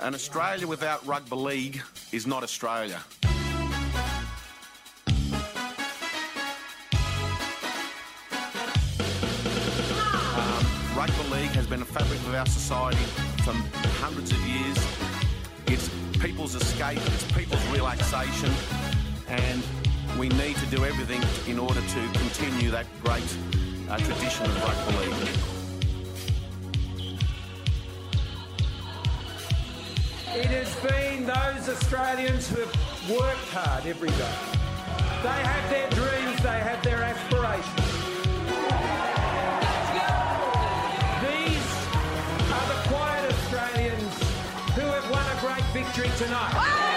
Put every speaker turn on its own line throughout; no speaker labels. An Australia without rugby league is not Australia. Um, rugby league has been a fabric of our society for hundreds of years. It's people's escape, it's people's relaxation, and we need to do everything in order to continue that great uh, tradition of rugby league.
It has been those Australians who have worked hard every day. They have their dreams, they have their aspirations. These are the quiet Australians who have won a great victory tonight.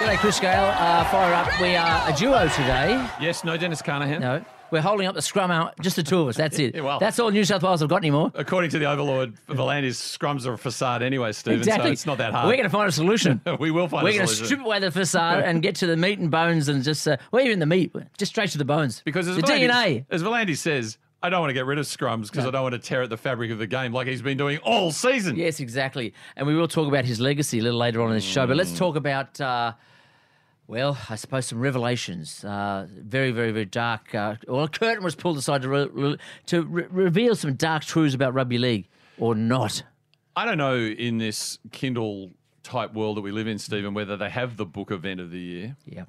G'day, Chris Gale. Uh, fire up. We are a duo today.
Yes, no Dennis Carnahan.
No, we're holding up the scrum out, just the two of us. That's it.
Yeah, well.
That's all New South Wales have got anymore.
According to the Overlord, Volandis scrums are a facade anyway, Stephen,
Exactly.
so it's not that hard.
We're going to find a solution.
We will find a
We're going to
solution.
strip away the facade and get to the meat and bones and just, uh, well, even the meat, just straight to the bones.
because as
the
Volandis,
DNA.
As Volandis says, I don't want to get rid of scrums because I don't want to tear at the fabric of the game like he's been doing all season.
Yes, exactly. And we will talk about his legacy a little later on in the show. But
Hmm.
let's talk about, uh, well, I suppose some revelations. Uh, very, very, very dark. Uh, well, a curtain was pulled aside to, re- re- to re- reveal some dark truths about rugby league, or not.
I don't know in this Kindle type world that we live in, Stephen, whether they have the book event of the year,
Yeah.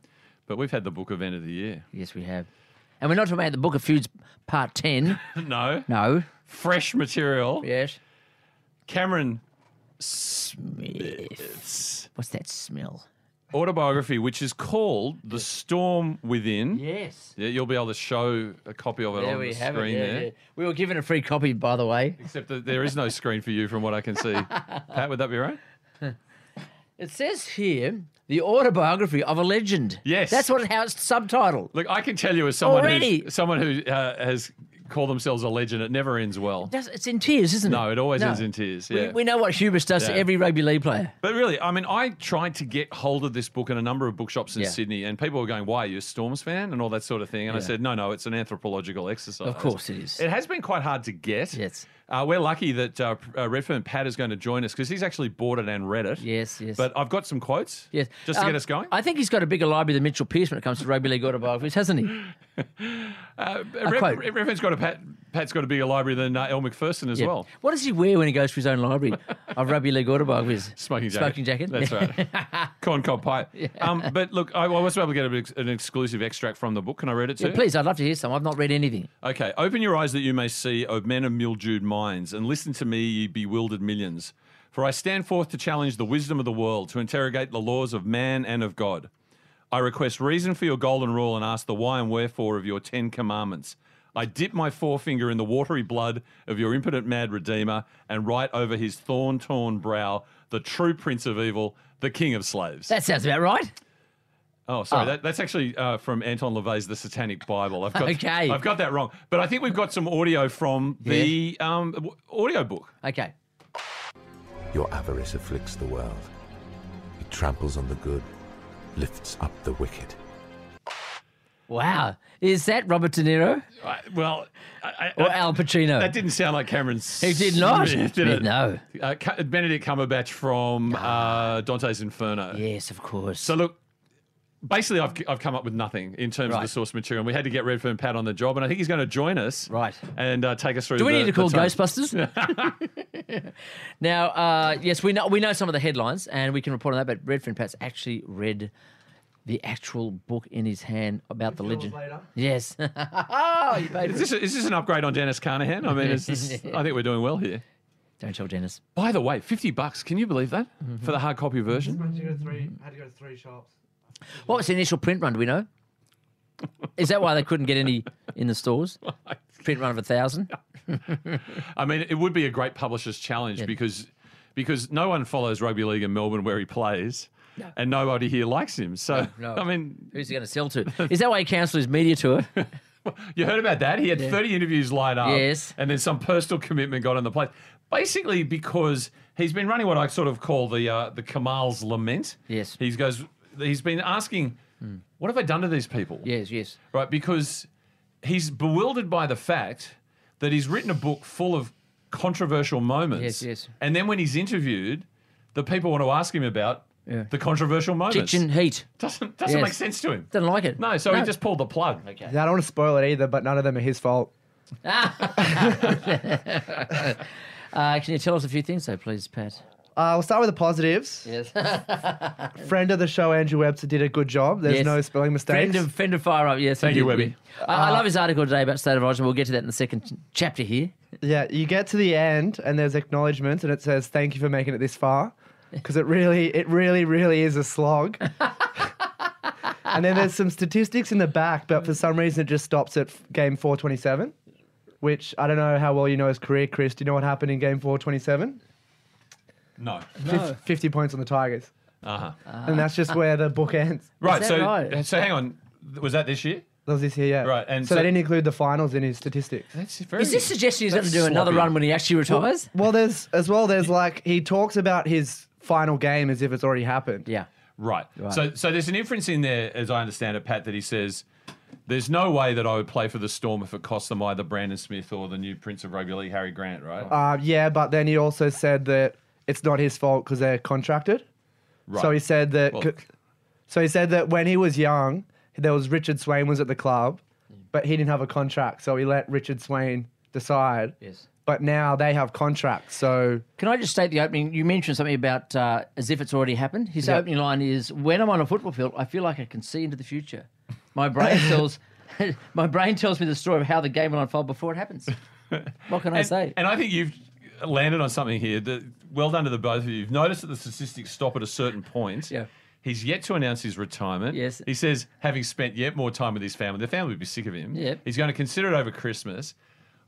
but we've had the book event of the year.
Yes, we have. And we're not talking about the Book of Feuds Part 10.
no.
No.
Fresh material.
Yes.
Cameron
What's that smell?
autobiography, which is called The Storm Within.
Yes.
Yeah, you'll be able to show a copy of it
There
on
we
the
have it.
screen
yeah,
there.
yeah. We were given a free copy, by the way.
Except that there is no screen for you from what I can see. Pat, would that be right?
It says here the autobiography of a legend.
Yes.
That's what it has subtitled.
Look, I can tell you as someone
Already?
who's, someone who uh, has called themselves a legend, it never ends well.
Does- It's in tears, isn't it?
No, it always ends in tears.
We-
Yeah.
We, know what hubris does to
Yeah.
every rugby league player.
But really, I mean, I tried to get hold of this book in a number of bookshops in
Yeah.
Sydney, and people were going, "Why are you a Storms fan?" and all that sort of thing. And I
Yeah.
said, "No, no, it's an anthropological exercise."
Of course it is.
It has been quite hard to get.
Yes.
Uh, we're lucky that uh, P- uh, Redfern Pat is going to join us because he's actually bought it and read it.
Yes, yes.
But I've got some quotes.
Yes.
Just to
Um,
get us going.
I think he's got a bigger library than Mitchell Pearce when it comes to rugby league autobiographies, hasn't he?
Uh, Rev-
quote.
Re- Reverend's got a Pat, Pat's got a bigger library than uh, El McPherson as
Yeah.
well.
What does he wear when he goes to his own library of rugby league autobiographies?
Smoking jacket.
Smoking jacket.
That's right. Corn cob pie. Um, but look, I, I was able to get a bit- an exclusive extract from the book. Can I read it to
Yeah,
you?
please, I'd love to hear some. I've not read anything.
Okay. Open your eyes that you may see, O men of mildewed minds, and listen to me, ye bewildered millions. For I stand forth to challenge the wisdom of the world, to interrogate the laws of man and of God. I request reason for your golden rule and ask the why and wherefore of your Ten Commandments. I dip my forefinger in the watery blood of your impotent mad Redeemer and write over his thorn torn brow the true Prince of Evil, the King of Slaves.
That sounds about right.
Oh, sorry.
Oh.
That, that's actually uh, from Anton LaVey's The Satanic Bible. I've got,
Okay.
I've got that wrong. But I think we've got some audio from the um, w- audio book.
Okay.
Your avarice afflicts the world. It tramples on the good, lifts up the wicked.
Wow. Is that Robert De Niro
I, well, I, I,
or Al Pacino?
that didn't sound like Cameron
He did not.
Smith, did it?
No.
Uh, Ca- Benedict Cumberbatch from uh, Dante's Inferno.
Yes, of course.
So, look, basically, I've, I've come up with nothing in terms of
Right.
the source material. And we had to get Redfern Pat on the job, and I think he's going to join us
Right.
and uh, take us through
Do we
the-
need to
the
call
time.
Ghostbusters? now, uh, yes, we know we know some of the headlines, and we can report on that. But Redfern Pat's actually read the actual book in his hand about the legend. Yes. oh, you paid for it.
Is this, is this an upgrade on Dennis Carnahan? I mean, is this, I think we're doing well here.
Don't tell Dennis.
By the way, 50 bucks. Can you believe that? For the hard copy version?
Had to go to three. Had to go to three shops.
What was the initial print run? Do we know? Is that why they couldn't get any in the stores? Print run of a thousand.
I mean, it would be a great publisher's challenge because because no one follows rugby league in Melbourne where he plays and nobody here likes him. So,
No, no.
I mean,
Who's he going to sell to? Is that why he cancelled his media tour?
you heard about that. He had 30 interviews lined up.
Yes.
And then some personal commitment got in the place. Basically, because he's been running what I sort of call the uh, the Kamal's lament.
Yes. Hmm.
He goes, he's been asking, what have I done to these people?
yes, yes.
right? Because he's bewildered by the fact that he's written a book full of controversial moments.
Yes, yes.
And then when he's interviewed, the people want to ask him about
Yeah.
the controversial moments.
Kitchen heat.
doesn't doesn't
Yes.
make sense to him.
Didn't like it.
No, so he just pulled the plug.
Okay.
Yeah, I don't want to spoil it either, but none of them are his fault.
Uh, can you tell us a few things, though, please, Pat?
Uh, we'll start with the positives.
Yes.
Friend of the show, Andrew Webster, did a good job. There's
Yes.
no spelling mistakes.
Friend of, friend of Fire Up. Yes. he
Thank you,
did,
Webby.
yeah. I, I love his article today about state of origin. We'll get to that in the second ch- chapter here.
Yeah, you get to the end and there's acknowledgements and it says thank you for making it this far because it really, it really, really is a slog. and then there's some statistics in the back, but for some reason it just stops at f- game 427, which I don't know how well you know his career, Chris. Do you know what happened in game 427?
No.
Fif- 50 points on the Tigers.
Uh-huh.
And that's just where the book ends.
Right,
that
so
right?
so hang on. Was that this year?
That was this year, yeah.
Right, and
so,
so-
they didn't include the finals in his statistics.
That's very
Is this suggesting he's going to
That's
do another
sloppy.
run when he actually retires?
Well, there's as well. There's like he talks about his final game as if it's already happened.
yeah.
Right. So, so there's an inference in there, as I understand it, Pat, that he says, "There's no way that I would play for the Storm if it cost them either Brandon Smith or the new Prince of Rugby League, Harry Grant." Right.
Uh, yeah, but then he also said that it's not his fault because they're contracted.
right.
So he said that.
Well-
c- so he said that when he was young, there was Richard Swain was at the club, but he didn't have a contract, so he let Richard Swain decide.
Yes.
But now they have contracts, so
Can I just state the opening? You mentioned something about uh, as if it's already happened. His
Yeah.
opening line is, "When I'm on a football field, I feel like I can see into the future. My brain tells, my brain tells me the story of how the game will unfold before it happens." What can I
and,
say?
and I think you've landed on something here. That, well done to the both of you. You've noticed that the statistics stop at a certain point.
Yeah.
He's yet to announce his retirement.
Yes.
He says, having spent yet more time with his family, the family would be sick of him.
Yep.
He's going to consider it over Christmas.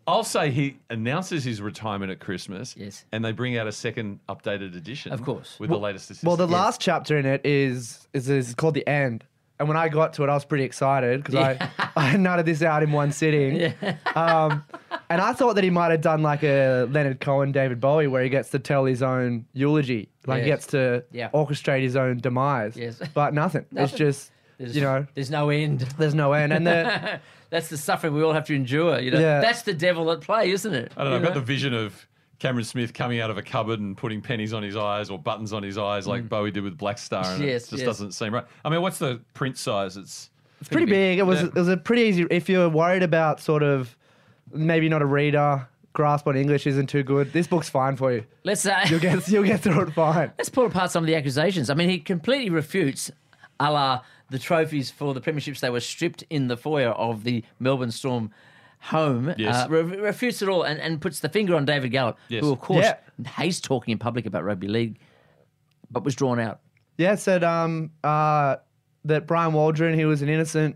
I'll say he announces his retirement at Christmas.
Yes.
And they bring out a second updated edition.
Of course.
With the latest statistics.
Well, the last chapter in it is is, is called the end. And when I got to it, I was pretty excited because I, I nutted this out in one sitting. Um, and I thought that he might have done like a Leonard Cohen, David Bowie, where he gets to tell his own eulogy, like he
Yes.
gets to
Yeah.
orchestrate his own demise.
Yes.
But nothing. It's
Nothing.
just you know,
there's no end.
there's no end. And the,
That's the suffering we all have to endure. You know,
Yeah.
that's the devil at play, isn't it?
I don't know.
You
I've got the vision of Cameron Smith coming out of a cupboard and putting pennies on his eyes or buttons on his eyes like Bowie did with Black Star. And
Yes,
it just
yes.
doesn't seem right. I mean, what's the print size? It's
it's pretty big. It was
Yeah.
it was a pretty easy. If you're worried about sort of maybe not a reader, grasp on English isn't too good. This book's fine for you.
Let's uh,
You'll get you'll get through it fine.
let's pull apart some of the accusations. I mean, he completely refutes, a la the trophies for the premierships they were stripped in the foyer of the Melbourne Storm home.
Yes.
Uh, re- refutes it all and, and puts the finger on David Gallup,
Yes.
who of course
Yeah.
hates talking in public about rugby league, but was drawn out.
Yeah, it said um uh that Brian Waldron he was an innocent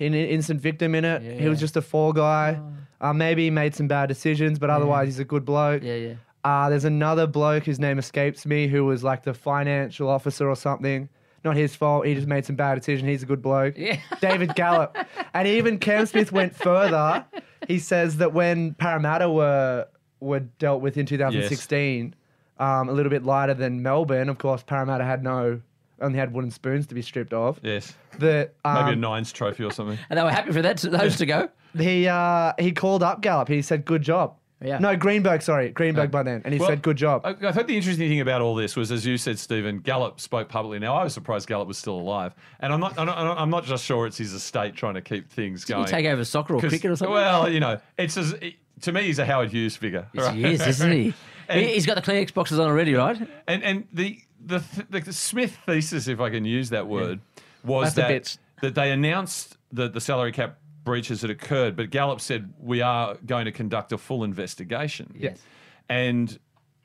an innocent victim in it. He was
Yeah. Oh.
just a fall guy. Uh, maybe he made some bad decisions, but otherwise he's a good bloke.
Yeah, yeah.
Uh, there's another bloke whose name escapes me who was like the financial officer or something. Not his fault. He just made some bad decision. He's a good bloke.
Yeah.
David Gallup. and even Cam Smith went further. He says that when Parramatta were were dealt with in 2016, um, a little bit lighter than Melbourne, of course, Parramatta had no only had wooden spoons to be stripped of.
yes,
That
maybe
um,
a nines trophy or something.
And they were happy for that to, those to go.
he uh, he called up Gallup. He said, "Good job."
Yeah.
No, Greenberg. Sorry, Greenberg by then, and he
Well,
said, "Good job."
I, I thought the interesting thing about all this was, as you said, Stephen Gallup spoke publicly. Now I was surprised Gallup was still alive, and I'm not. I'm not, I'm not just sure it's his estate trying to keep things
You
going.
take over soccer or
'Cause-
cricket or something.
Well, you know, it's as, it- to me he's a Howard Hughes figure.
Yes,
right?
he is, isn't he?
And-
He- He's got the Kleenex boxes on already, right?
And and the the, th- the Smith thesis, if I can use that word, was
That's a
that
bit-
that they announced that the salary cap breaches had occurred, but Gallup said we are going to conduct a full investigation.
Yes.
And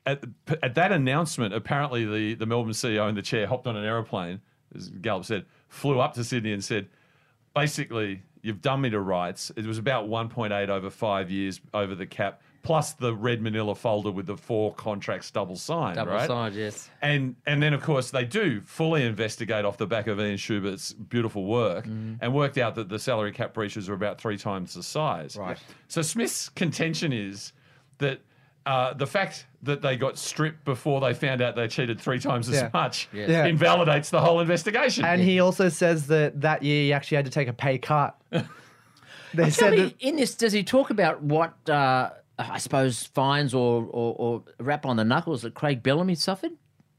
at, at that announcement, apparently the the Melbourne CEO in the chair hopped on an aeroplane, as Gallup said, flew up to Sydney and said, basically, you've done me to rights. It was about 1.8 over five years over the cap, plus the red manila folder with the four contracts double signed,
Double
right?
side, yes.
And and then of course they do fully investigate off the back of Ian Schubert's beautiful work and worked out that the salary cap breaches are about three times the size. Right. So Smith's contention is that uh, the fact that they got stripped before they found out they cheated three times as
Yeah.
much
Yeah.
invalidates the whole investigation.
And he also says that that year he actually had to take a pay cut. They
Tell
said
me,
that
in this, does he talk about what uh, I suppose fines or, or, or rap on the knuckles that Craig Bellamy suffered?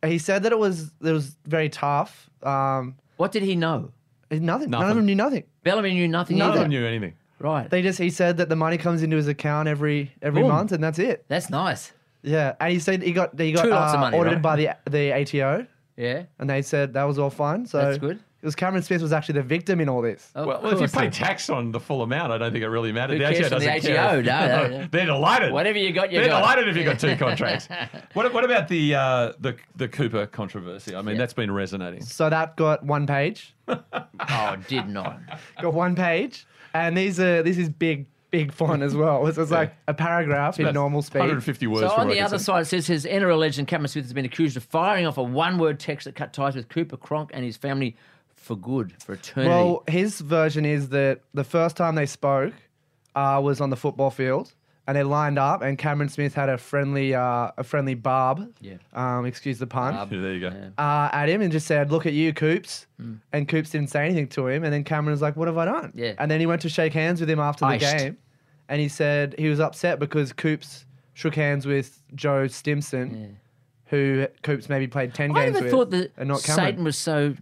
he said that it was it was very tough. Um,
What did he know?
nothing. None
Nothing.
of them knew nothing.
Bellamy knew nothing
None
either.
of them knew anything.
Right.
They just he said that the money comes into his account every every
Boom.
month and that's it.
That's nice.
Yeah, and he said he got he got
Two lots
uh,
of money,
audited
right?
by the the ATO
Yeah.
and they said that was all fine. So
That's good. Oh.
It was Cameron Smith was actually the victim in all this.
Of
Well, well, if you
course.
pay tax on the full amount, I don't think it really
Who
matters. The
cares
ATO
from the
doesn't
ATO?
care.
No, no, no.
they're delighted.
Whatever you got, you
they're
got.
delighted if you got two contracts. what, what about the uh, the the Cooper controversy? I mean, that's been resonating.
So that got one page.
Oh, did not.
got one page, and these are this is big big font as well. So it's like a paragraph in
That's
normal speed.
150 words.
So
from
on
what I
the
can
other
see.
side, it says his NRL legend Cameron Smith has been accused of firing off a one-word text that cut ties with Cooper Cronk and his family for good for eternity.
Well, his version is that the first time they spoke uh, was on the football field, and they lined up, and Cameron Smith had a friendly uh, a friendly barb.
Yeah.
Um, excuse the pun.
Barb.
Yeah, there you go.
Uh, at him and just said, "Look at you, Coops," and Coops didn't say anything to him. And then Cameron was like, "What have I done?"
Hmm. Yeah.
And then he went to shake hands with him after the
Iced.
game, and he said he was upset because Coops shook hands with Joe Stimson, who Coops maybe played ten
I
games
never
with,
thought that
uh,
and not Cameron.
Satan was so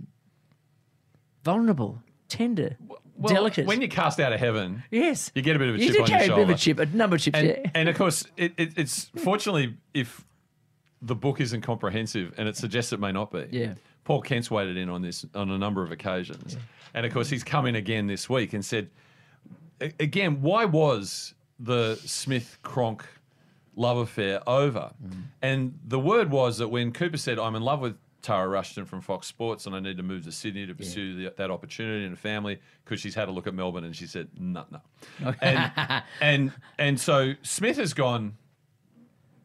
vulnerable, tender,
Well,
delicate.
When you cast out of heaven,
yes,
you get a bit of a
you
chip
did
on your
carry a bit of
shoulder.
a chip, a number of chips.
and,
yeah.
and of course, it, it, it's fortunately if the book isn't comprehensive, and it suggests it may not be.
Yeah.
Paul Kent's weighed in on this on a number of occasions, and of course, he's come in again this week and said, a- again, why was the Smith Cronk love affair over? And the word was that when Cooper said, "I'm in love with." Tara Rushton from Fox Sports, and I need to move to Sydney to pursue the, that opportunity and a family because she's had a look at Melbourne and she said, no, no. and, and, and so Smith has gone,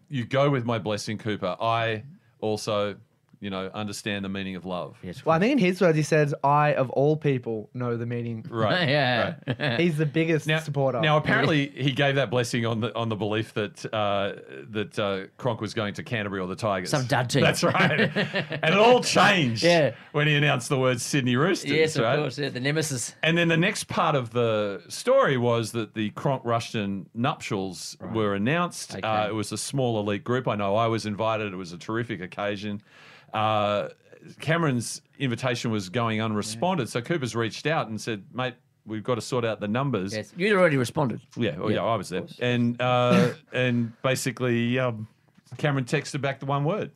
you go with my blessing, Cooper. I also, you know, understand the meaning of love.
Well, I think in his words, he says, "I of all people know the meaning."
Right.
Yeah.
right.
He's the biggest
Now,
supporter.
now, apparently, he gave that blessing on the on the belief that uh, that uh, Cronk was going to Canterbury or the Tigers.
Some dud team.
That's right. and it all changed
Yeah.
when he announced the word Sydney Roosters.
yes, of
right?
course. Yeah, the nemesis.
And then the next part of the story was that the Cronk Rushton nuptials were announced. Uh, it was a small elite group. I know I was invited. It was a terrific occasion. Uh, Cameron's invitation was going unresponded. So Cooper's reached out and said, mate, we've got to sort out the numbers.
Yes, you'd already responded.
Yeah, oh, yeah, I was there. And, uh, and basically, um, Cameron texted back the one word.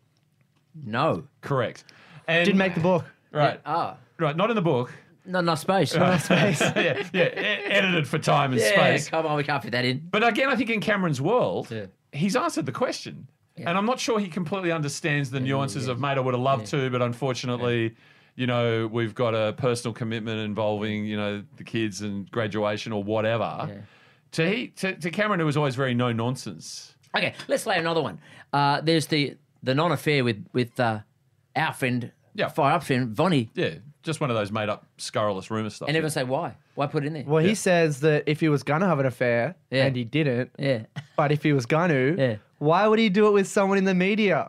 No.
Correct. And,
didn't make the book.
Right,
Ah,
right. Not in the book.
not enough space.
yeah, yeah. e- Edited for time and
Yeah,
space.
come on, we can't fit that in.
But again, I think in Cameron's world,
Yeah.
he's answered the question. And I'm not sure he completely understands the nuances of, mate, I would have loved to, but unfortunately, you know, we've got a personal commitment involving, you know, the kids and graduation or whatever. To, he, to, to Cameron, it was always very no nonsense.
Okay, let's lay another one. Uh, there's the the non-affair with with uh, our friend,
Yeah.
fire up friend Vonnie,
Yeah, just one of those made up scurrilous rumour stuff.
and everyone say why? Why put it in there?
Well, he says that if he was gonna have an affair
Yeah.
and he didn't,
Yeah,
but if he was gonna,
Yeah.
why would he do it with someone in the media?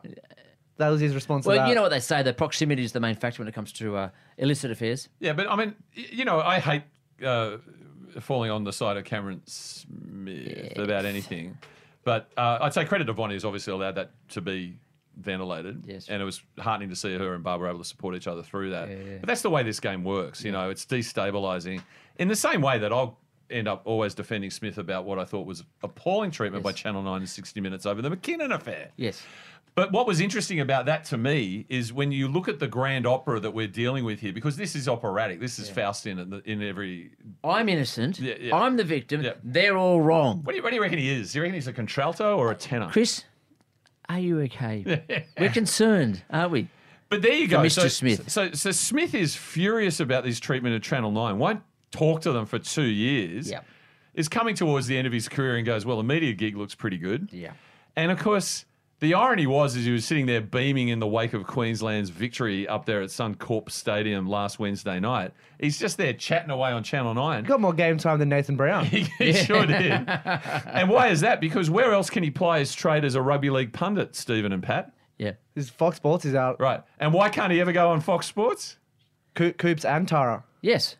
That was his response. to
Well,
that.
you know what they say, that proximity is the main factor when it comes to uh, illicit affairs.
Yeah, but I mean, y- you know, I hate uh, falling on the side of Cameron Smith about anything. But uh, I'd say credit to Vonnie who's obviously allowed that to be ventilated.
Yes.
And it was heartening to see her and Barbara able to support each other through that. But that's the way this game works. You know, it's destabilizing in the same way that I'll end up always defending Smith about what I thought was appalling treatment by
Yes.
Channel 9 and 60 Minutes over the McKinnon affair.
Yes.
But what was interesting about that to me is when you look at the grand opera that we're dealing with here, because this is operatic, this is Faustian in, the, in every.
I'm innocent.
Yeah, yeah.
I'm the victim.
Yeah.
They're all wrong.
What do, you, what do you reckon he is? Do you reckon he's a contralto or a tenor?
Chris, are you okay? We're concerned, aren't we?
But there you go.
Mr.
So,
Smith.
So, so Smith is furious about this treatment of Channel 9, won't talk to them for two years,
Yep.
is coming towards the end of his career and goes, well, a media gig looks pretty good.
Yeah.
And of course, the irony was is he was sitting there beaming in the wake of Queensland's victory up there at Suncorp Stadium last Wednesday night. He's just there chatting away on Channel 9.
got more game time than Nathan Brown.
He, he sure did. and why is that? Because where else can he play his trade as a rugby league pundit, Stephen and Pat?
Yeah.
His Fox Sports is out.
Right. And why can't he ever go on Fox Sports?
Co- Coops and Tara.
Yes.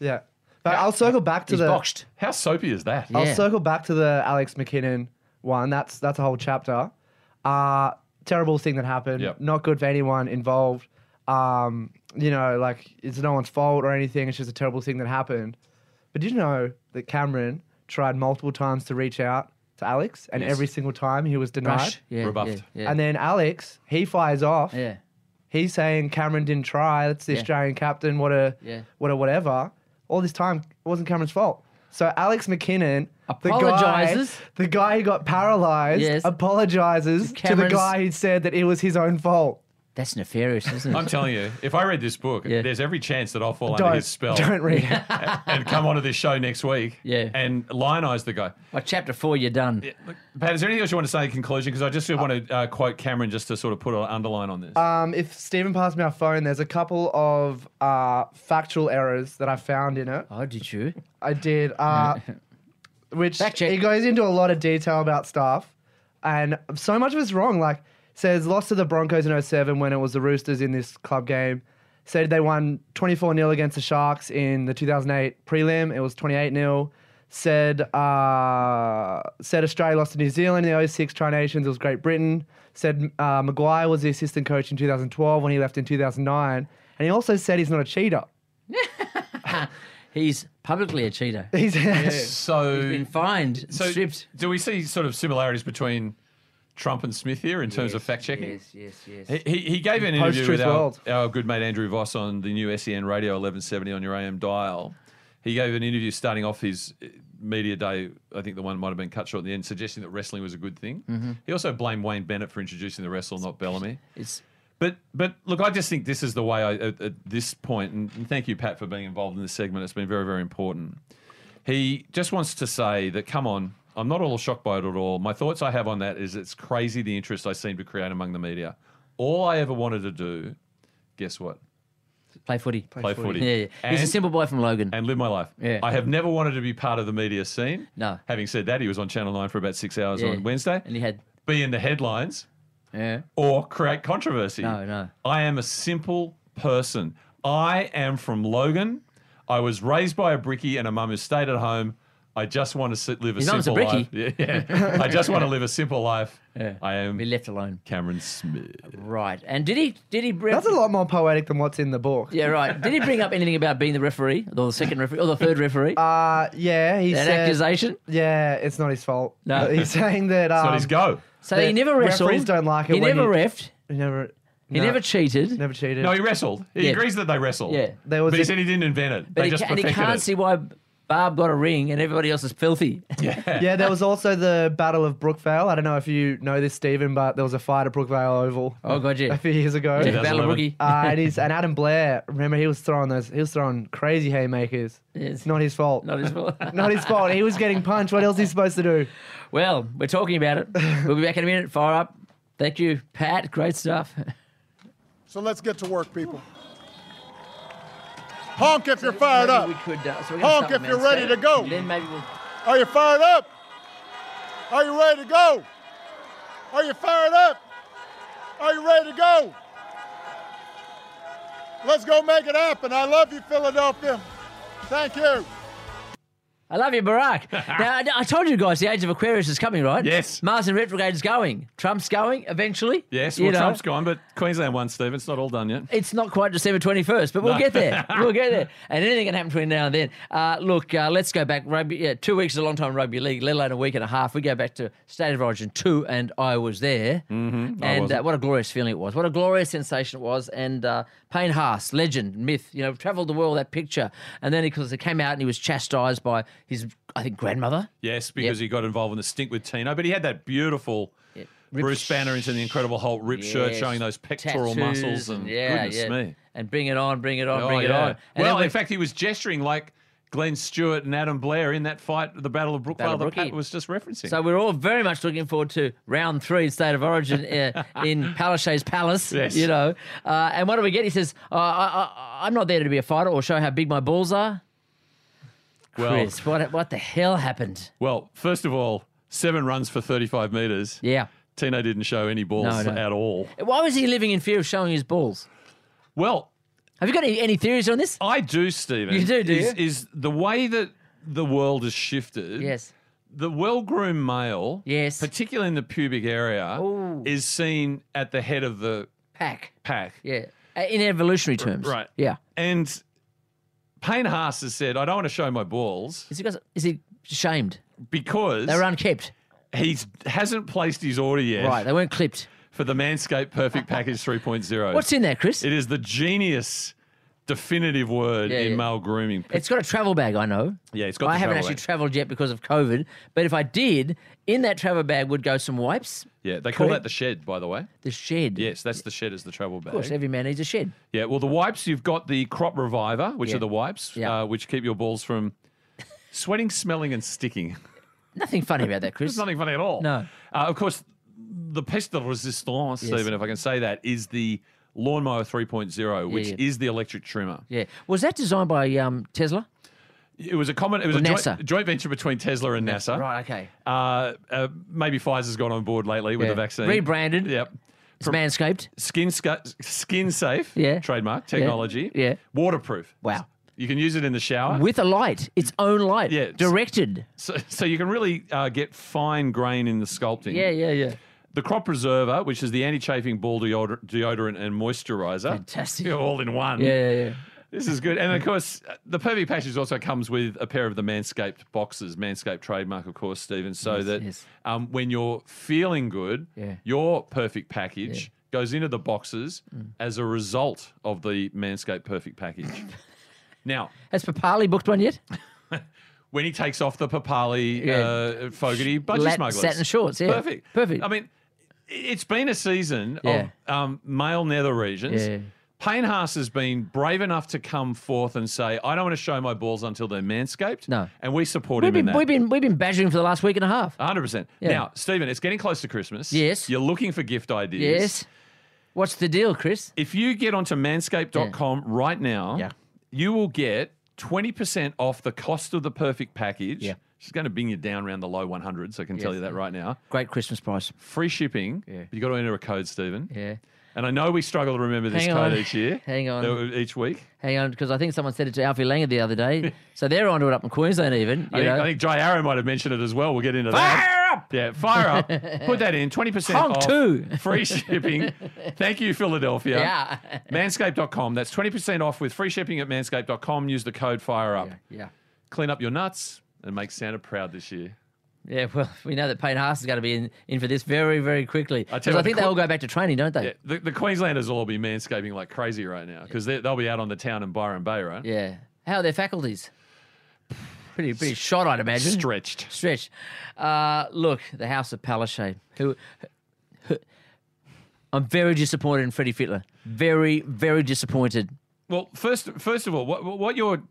Yeah. But I'll circle back to
He's
the
boxed.
How soapy is that?
Yeah.
I'll circle back to the Alex McKinnon one. That's that's a whole chapter. Uh terrible thing that happened.
Yep.
Not good for anyone involved. Um, you know, like it's no one's fault or anything. It's just a terrible thing that happened. But did you know that Cameron tried multiple times to reach out to Alex, and every single time he was denied.
Rush. Yeah,
Rebuffed.
Yeah, yeah.
And then Alex, he fires off.
yeah.
He's saying Cameron didn't try. That's the
Yeah.
Australian captain. What a
Yeah.
what a whatever. All this time it wasn't Cameron's fault. So Alex McKinnon
Apologises.
The guy, the guy who got paralysed
Yes.
apologizes
To
to the
Cameron's-
guy who said that it was his own fault.
That's nefarious, isn't it?
I'm telling you, if I read this book,
Yeah.
there's every chance that I'll fall under
Don't
his spell
don't read it.
and come onto this show next week
Yeah.
and lionize the guy.
By chapter four, you're done.
Yeah, look, Pat, is there anything else you want to say in conclusion? Because I just want to uh, quote Cameron just to sort of put an underline on this.
Uh,
Um, if Stephen passed me our phone, there's a couple of uh, factual errors that I found in it.
Oh, did you?
I did. Uh, which
Fact check.
it goes into a lot of detail about stuff, and so much of it's wrong. Like says lost to the Broncos in 07 when it was the Roosters in this club game. Said they won 24 0 against the Sharks in the 2008 prelim. It was 28 0. Said uh, said Australia lost to New Zealand in the 06 Tri Nations. It was Great Britain. Said uh, Maguire was the assistant coach in 2012 when he left in 2009. And he also said he's not a cheater.
He's publicly a cheater.
He's
so,
Been fined,
so
stripped.
do we see sort of similarities between Trump and Smith here in terms of fact checking?
Yes, yes, yes.
He- He, he gave an interview
Post-Truth
with our,
World.
our good mate Andrew Voss on the new SEN Radio 1170 on your AM dial. He gave an interview starting off his uh, media day. I think the one might have been cut short at the end, suggesting that wrestling was a good thing.
Mm-hmm.
He also blamed Wayne Bennett for introducing the wrestle, not Bellamy.
It's
But but look, I just think this is the way I, at, at this point, and and thank you, Pat, for being involved in this segment. It's been very, very important. He just wants to say that, come on, I'm not all shocked by it at all. My thoughts I have on that is it's crazy the interest I seem to create among the media. All I ever wanted to do, guess what?
play footy.
Play footy.
Yeah, yeah. He's a
And-
simple boy from Logan.
and live my life.
Yeah.
I have never wanted to be part of the media scene.
No.
Having said that, he was on Channel 9 for about six hours
Yeah.
on Wednesday.
And he had.
be in the headlines
Yeah.
or create controversy.
No, no.
I am a simple person. I am from Logan. I was raised by a brickie and a mum who stayed at home. I just want to sit, live a
His mum's a
simple life. Yeah, yeah. I just want to live a simple life.
Yeah.
I am
Be left alone.
Cameron Smith.
Right. And did he? Did he? Bring,
That's a lot more poetic than what's in the book.
Yeah, right. Did he bring up anything about being the referee, or the second referee, or the third referee?
Uh, yeah, he
that
said.
accusation.
Yeah, it's not his fault.
No.
he's saying that. Um,
So he's go.
So he
that
never wrestled.
referees don't like it
He
when
never
you-
refed.
He never.
He
no,
never cheated.
never cheated.
No, he wrestled. He
Yeah.
agrees that they wrestled.
Yeah.
There was
but he
a-
said he didn't invent it.
but
they
he,
just
ca- and he
perfected
can't
it.
see why Barb got a ring and everybody else is filthy.
yeah, there was also the Battle of Brookvale. I don't know if you know this, Stephen, but there was a fight at Brookvale Oval.
Oh, God, yeah.
A few years ago.
Yeah, Battle of
2011.
rookie.
Uh, and, he's, and Adam Blair, remember he was throwing those, he was throwing crazy haymakers.
Yes.
It's not his fault.
Not his fault.
Not his fault. He was getting punched. What else is he supposed to do?
Well, we're talking about it. We'll be back in a minute. Fire up. Thank you, Pat. Great stuff.
So let's get to work, people. Honk if you're fired
Maybe
up.
We could, uh, so we're gonna
Honk
start
if
with
you're
Man
ready
City.
to go.
Then maybe we'll.
Are you fired up? Are you ready to go? Are you fired up? Are you ready to go? Let's go make it happen. I love you, Philadelphia. Thank you.
I love you, Barack. now, I- I told you guys the age of Aquarius is coming, right?
Yes.
Mars in retrograde is going. Trump's going eventually.
Yes,
You
well,
know,
Trump's gone, but Queensland won, Steve. It's not all done yet.
It's not quite December 21st, but we'll get there. We'll get there. And anything can happen between now and then. Uh, look, uh, let's go back. Rugby, yeah, two weeks is a long time in rugby league, let alone a week and a half. We go back to State of Origin 2, and I was there. Mm-hmm. And uh,
wasn't.
what a glorious feeling it was. What a glorious sensation it was. And uh, Payne Haas, legend, myth, you know, traveled the world, that picture. And then, because it came out and he was chastised by his, I think, grandmother.
Yes, because he got involved in the stink with Tino, but he had that beautiful
Ripped
Bruce Banner into the Incredible Hulk rip shirt,
Yes.
showing those pectoral
Tattoos
muscles and goodness me.
And bring it on, bring it on,
Oh,
bring it
yeah.
on. And then
well,
we-
in fact, he was gesturing like Glenn Stewart and Adam Blair in that fight, the Battle of
Battle
Brookvale
of
that Pat
Brookie.
was just referencing.
So we're all very much looking forward to round three, State of Origin uh, in Palaszczuk's Palace.
Yes.
You know, uh, and what do we get? He says, uh, I, I, "I'm not there to be a fighter or show how big my balls are."
well,
Chris, what what the hell happened?
well, first of all, seven runs for 35 metres.
Yeah.
Tino didn't show any balls
No, no.
at all.
Why was he living in fear of showing his balls?
Well,
Have you got any, any theories on this?
I do, Stephen.
You do, do
is,
you?
is the way that the world has shifted.
Yes.
The well-groomed male,
Yes.
particularly in the pubic area, is seen at the head of the
Pack.
pack.
Yeah. Uh, In evolutionary terms.
right.
Yeah.
And Payne Haas has said, "I don't want to show my balls
Is he, got- is he shamed?
because
They were unkept.
he hasn't placed his order yet
Right. They weren't clipped.
for the Manscaped Perfect Package 3.0.
What's in there, Chris?
It is the genius." Definitive word
Yeah,
in
yeah.
male grooming.
It's got a travel bag, I know.
Yeah, it's got
I
the
haven't
travel
actually
bag.
travelled yet because of COVID, but if I did, in that travel bag would go some wipes,
yeah, they call
correct.
that the shed, by the way.
the shed.
Yes, that's the shed as the travel bag.
Of course, every man needs a shed.
Yeah, well, the wipes, you've got the crop reviver, which
Yeah.
are the wipes,
Yeah.
uh, which keep your balls from sweating, smelling, and sticking.
Nothing funny about that, Chris.
There's nothing funny at all.
No.
Uh, of course, the peste de resistance,
Yes.
even if I can say that, is the lawnmower 3.0, which
yeah.
is the electric trimmer.
Yeah. Was that designed by um, Tesla?
It was a common, it was
Or
a joint,
NASA.
joint venture between Tesla and NASA.
Right, okay.
Uh, uh, maybe Pfizer's got on board lately with
Yeah.
the vaccine.
Rebranded.
Yep.
It's manscaped.
Skin, sca- skin safe,
Yeah.
trademark,
Yeah.
technology.
Yeah.
Waterproof.
Wow.
You can use it in the shower.
With a light, its own light.
Yeah, it's-
Directed.
So, so you can really uh, get fine grain in the sculpting.
Yeah, yeah, yeah.
The crop preserver, which is the anti-chafing ball deodor- deodorant and moisturizer.
Fantastic.
You're all in one.
Yeah, yeah, yeah.
This is good. And of course, uh, the Pervy package also comes with a pair of the Manscaped boxes, Manscaped trademark, of course, Stephen, so
Yes,
that
yes.
Um, when you're feeling good,
Yeah.
your perfect package goes into the boxes
Mm.
as a result of the Manscaped perfect package. now,
Has Papali booked one yet?
when he takes off the Papali
Yeah.
uh, Fogarty budgie
Lat-
smugglers.
satin shorts, yeah.
Perfect.
Perfect.
I mean, i- it's been a season
Yeah.
of um, male nether regions.
Yeah.
Payne Haas has been brave enough to come forth and say, I don't want to show my balls until they're manscaped.
No.
And we support
We've
him in
been,
that.
we've been we've been badgering for the last week and a half.
100%. Now, Stephen, it's getting close to Christmas.
Yes.
You're looking for gift ideas.
Yes. What's the deal, Chris?
If you get onto manscaped.com right now,
Yeah.
you will get 20% off the cost of the perfect package.
Yeah.
She's going to bring you down around the low 100s. I can tell
Yes.
you that right now.
Great Christmas price.
Free shipping. Yeah. You've got to enter a code, Stephen.
Yeah.
And I know we struggle to remember this
Hang
code
on.
each year.
Hang on.
uh, Each week.
Hang on, because I think someone said it to Alfie Langer the other day. so they're onto it up in Queensland, even.
I
you
think,
know.
I think Jai Arrow might have mentioned it as well. We'll get into that.
Fire up!
Yeah, fire up. Put that in. 20%
Honk
off.
two.
Free shipping. Thank you, Philadelphia.
Yeah.
Manscaped.com. That's 20% off with free shipping at manscaped.com. Use the code FIREUP.
Yeah.
Clean up your nuts and make Santa proud this year.
Yeah, well, we know that Payne Haas is going to be in, in for this very, very quickly.
I tell you
'Cause
what,
I
the
think they
qu-
all go back to training, don't they?
Yeah, the, the Queenslanders will all be manscaping like crazy right now because they'll be out on the town in Byron Bay, right?
Yeah. How are their faculties? Pretty, pretty shot, I'd imagine.
Stretched.
Stretch. Uh, look, the House of Palaszczuk. Who, who- I'm very disappointed in Freddie Fitler. Very, very disappointed.
Well, first, first of all, what, what your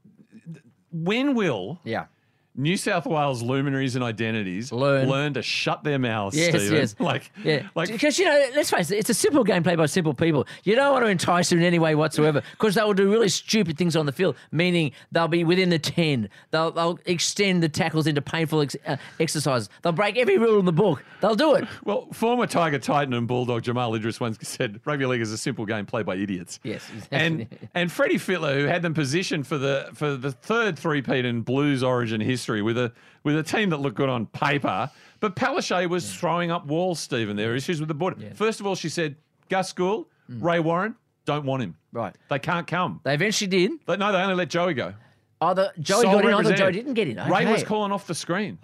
when will
Yeah.
New South Wales luminaries and identities
Learn.
to shut their mouths,
Yes,
Stephen?
yes.
Like,
Yeah,
like
because you know, let's face it, it's a simple game played by simple people. You don't want to entice them in any way whatsoever, because they will do really stupid things on the field. Meaning they'll be within the ten, they'll, they'll extend the tackles into painful ex- uh, exercises. They'll break every rule in the book. They'll do it.
well, former Tiger Titan and Bulldog Jamal Idris once said, "Rugby league is a simple game played by idiots."
Yes, exactly.
and and Freddie Fitler, who had them positioned for the for the third three-peat in Blues Origin history with a with a team that looked good on paper, but Palaszczuk was throwing up walls. Stephen, there were issues with the board. First of all, she said, "Gus Gould, Ray Warren, don't want him.
Mm. Right.
They can't come."
They eventually did.
But no, they only let Joey go.
Either Joey
sole
got in, either
representative.
Joey didn't get in.
Ray
Okay.
was
Ah.
calling off the screen,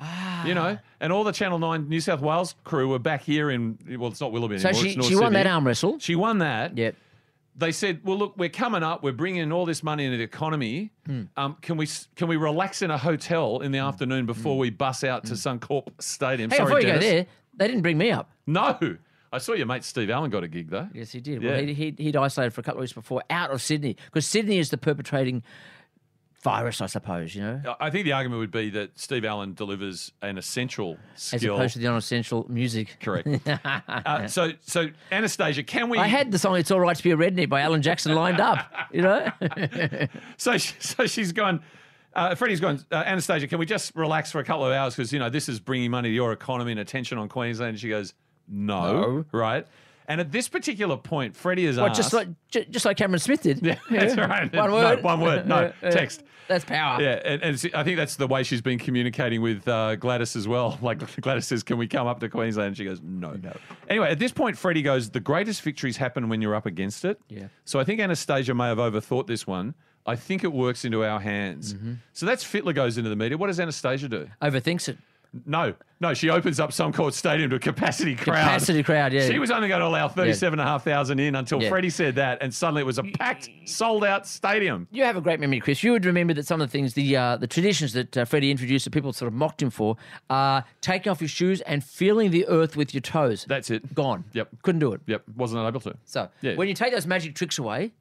you know, and all the Channel Nine New South Wales crew were back here in well, it's not Willoughby
So
anymore.
she,
it's North
she won
Sydney.
that um, arm wrestle.
She won that.
Yep.
They said, "Well, look, we're coming up. We're bringing all this money into the economy.
Hmm.
Um, can we s- can we relax in a hotel in the afternoon before we bus out to Suncorp
Hmm.
Stadium?"
Hey,
Sorry,
before you
Dennis.
go there, they didn't bring me up.
No, I saw your mate Steve Allen got a gig though.
Yes, he did.
Yeah.
Well, he, he, he'd isolated for a couple of weeks before out of Sydney because Sydney is the perpetrating virus, I suppose, you know,
I- I think the argument would be that Steve Allen delivers an essential
as
skill.
opposed to the non-essential music.
Correct. uh, so, so Anastasia, can we?
I had the song "It's All Right to Be a Redneck" by Alan Jackson lined up, you know.
So, she, so she's gone. Uh, Freddie's gone. Uh, Anastasia, can we just relax for a couple of hours because you know this is bringing money to your economy and attention on Queensland? And she goes, no, right. And at this particular point, Freddie is
What, just like ju- just like Cameron Smith did.
Yeah, that's right.
One
No,
word.
one word. No,
Yeah.
text.
That's power.
Yeah, and, and see, I think that's the way she's been communicating with uh, Gladys as well. Like Gladys says, "Can we come up to Queensland?" And she goes, "No." No. Anyway, at this point, Freddie goes, "The greatest victories happen when you're up against it."
Yeah.
So I think Anastasia may have overthought this one. I think it works into our hands.
Mm-hmm.
So that's Fitler goes into the media. What does Anastasia do?
Overthinks it.
No, no, she opens up some court stadium to a capacity crowd.
Capacity crowd, yeah.
She was only going to allow 37,500 in until
Yeah.
Freddie said that, and suddenly it was a packed, sold out stadium.
You have a great memory, Chris. You would remember that some of the things, the uh, the traditions that uh, Freddie introduced that people sort of mocked him for, are taking off your shoes and feeling the earth with your toes.
That's it.
Gone.
Yep.
Couldn't do it.
Yep, wasn't able to.
So
Yeah.
when you take those magic tricks away,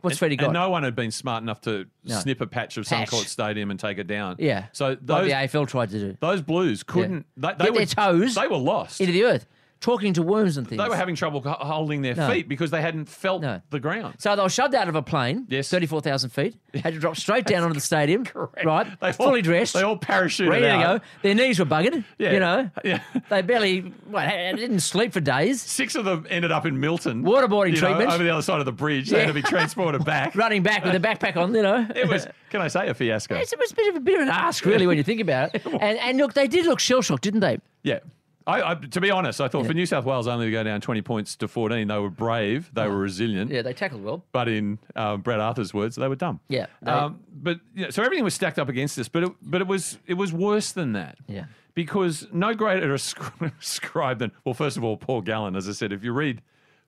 what's Freddie got?
And no one had been smart enough to
No.
snip a patch of
Patch.
some court stadium and take it down.
yeah.
So
like
those
the AFL tried to do
those Blues couldn't. They, they
Get
were
their toes
They were lost.
into the earth, talking to worms and things.
They were having trouble h- holding their
No.
feet because they hadn't felt
No.
the ground.
So they were shoved out of a plane,
Yes.
34,000 feet, had to drop straight down onto the stadium, right?
They all-
fully dressed,
They all parachuted
ready
out.
to go. Their knees were buggered,
Yeah.
you know.
Yeah.
They barely, well, they didn't sleep for days,
Six of them ended up in Milton.
Waterboarding
you know,
treatment.
over the other side of the bridge. They had to be transported back.
running back with a backpack on, you know.
It was, can I say, a fiasco?
It's- it was a bit of a bit of an ask, really, when you think about it. And, and look, they did look shell shocked, didn't they?
Yeah. I, I, to be honest, I thought for New South Wales only to go down 20 points to 14, they were brave, they were resilient.
Yeah, they tackled well.
But in um, Brad Arthur's words, they were dumb.
Yeah, they-
um, but yeah, so everything was stacked up against us. But it, but it was it was worse than that.
Yeah.
Because no greater a scri- scribe than well, first of all, Paul Gallen. As I said, if you read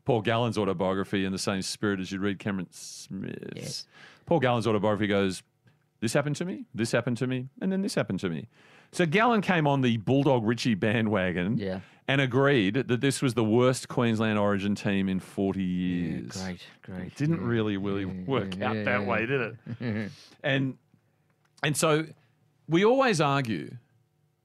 Paul Gallen's autobiography in the same spirit as you read Cameron Smith's,
Yes.
Paul Gallen's autobiography goes, "This happened to me. This happened to me, and then this happened to me." So Gallen came on the Bulldog Richie bandwagon.
Yeah.
And agreed that this was the worst Queensland Origin team in 40 years.
great.
It didn't really really
Mm-hmm.
work out that way, did it? and and so we always argue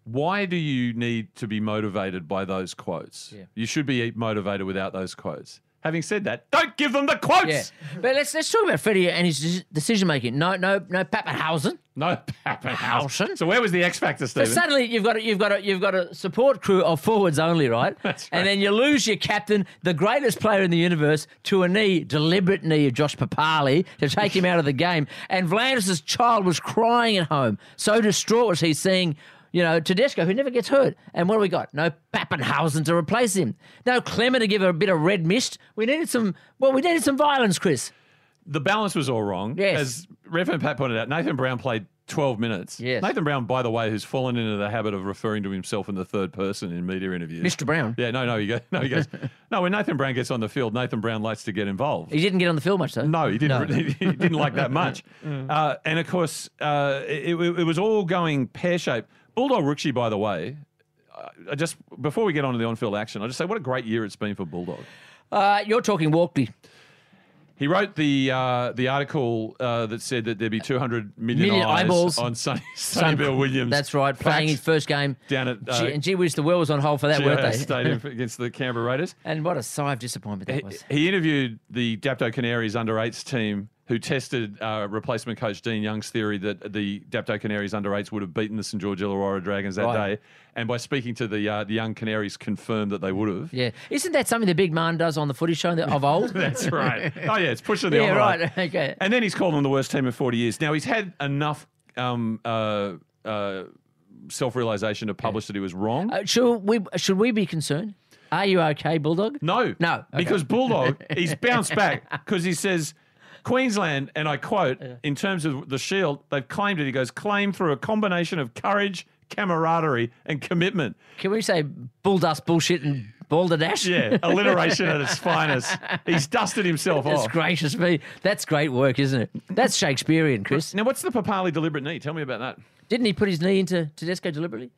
why do you need to be motivated by those quotes?
Yeah.
You should be motivated without those quotes. Having said that, don't give them the quotes.
Yeah, but let's let's talk about Freddie and his decision making. No, no, no, Pappenhausen.
No Pappenhausen.
Pappenhausen?
So where was the X factor,
So
Stephen?
suddenly you've got a, you've got a, you've got a support crew of forwards only, right?
That's right.
And then you lose your captain, the greatest player in the universe, to a knee, deliberate knee of Josh Papali to take him out of the game. And Vlandis' child was crying at home, so distraught was he seeing. You know, Tedesco, who never gets hurt. And what do we got? No Pappenhausen to replace him. No Clemmer to give a bit of red mist. We needed some, well, we needed some violence, Chris.
the balance was all wrong.
Yes.
As Rev and Pat pointed out, Nathan Brown played 12 minutes.
Yes.
Nathan Brown, by the way, who's fallen into the habit of referring to himself in the third person in media interviews.
Mr. Brown.
Yeah, no, no, he goes, no, he goes, no. When Nathan Brown gets on the field, Nathan Brown likes to get involved.
He didn't get on the field much, though.
No, he didn't. He, didn't like that much. Uh, and of course, uh, it, it, it was all going pear shaped. Bulldog Rooksy, by the way. I- I just before we get on to the on-field action, I just say what a great year it's been for Bulldog.
Uh, you're talking Walkley.
He wrote the uh, the article uh, that said that there'd be 200 million,
Million
eyes
eyeballs.
on Sonny, Sonny Bill Williams.
That's right, playing his eh?
Facts
first game.
down at uh,
Gee- and gee whiz, the world was on hold for that, weren't
GIS
they?
Stadium against the Canberra Raiders.
And what a sigh of disappointment that was.
He interviewed the Dapto Canaries under eights team who tested uh, replacement coach Dean Young's theory that the Dapto Canaries under eights would have beaten the St George Illawarra Dragons that
Right.
day, and by speaking to the uh, the young Canaries, confirmed that they would have.
Yeah, isn't that something the big man does on the footy show that- of old?
That's right. Oh yeah, it's pushing the
yeah,
envelope.
right. Okay.
And then he's called them the worst team in 40 years. Now he's had enough um, uh, uh, self realization to publish that he was wrong.
Uh, should we should we be concerned? Are you okay, Bulldog?
No.
No. Okay.
Because Bulldog, he's bounced back because he says, Queensland, and I quote, in terms of the Shield, they've claimed it. He goes, claim through a combination of courage, camaraderie, and commitment.
Can we say bulldust, bullshit, and balderdash?
Yeah, alliteration at its finest. He's dusted himself
That's
off.
gracious me. That's great work, isn't it? That's Shakespearean, Chris.
Now, what's the Papali deliberate knee? Tell me about that.
Didn't he put his knee into Tedesco deliberately?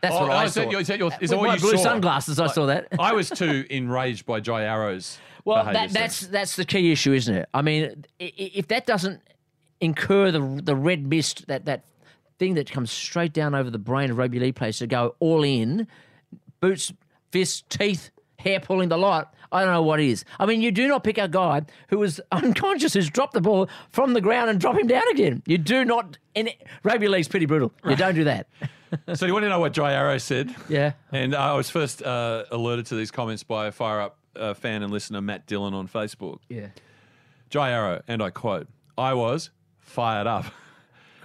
That's
Oh,
what
oh,
I
is that
saw. Uh,
your- is that your- is
With
that what
my
you
blue
saw?
sunglasses, I saw that.
I was too enraged by Jai Arrow's.
Well,
behaviour,
that,
so-
that's that's the key issue, isn't it? I mean, i- i- if that doesn't incur the the red mist, that that thing that comes straight down over the brain of rugby league players to go all in, boots, fists, teeth, hair pulling the lot. I don't know what is. I mean, you do not pick a guy who is unconscious, who's dropped the ball from the ground and drop him down again. You do not. And rugby league's pretty brutal. You don't do that.
So you want to know what Jai Arrow said?
Yeah.
uh, And I was first uh, alerted to these comments by Fire Up uh, fan and listener Matt Dillon on Facebook.
Yeah.
Jai Arrow, and I quote, I was fired up.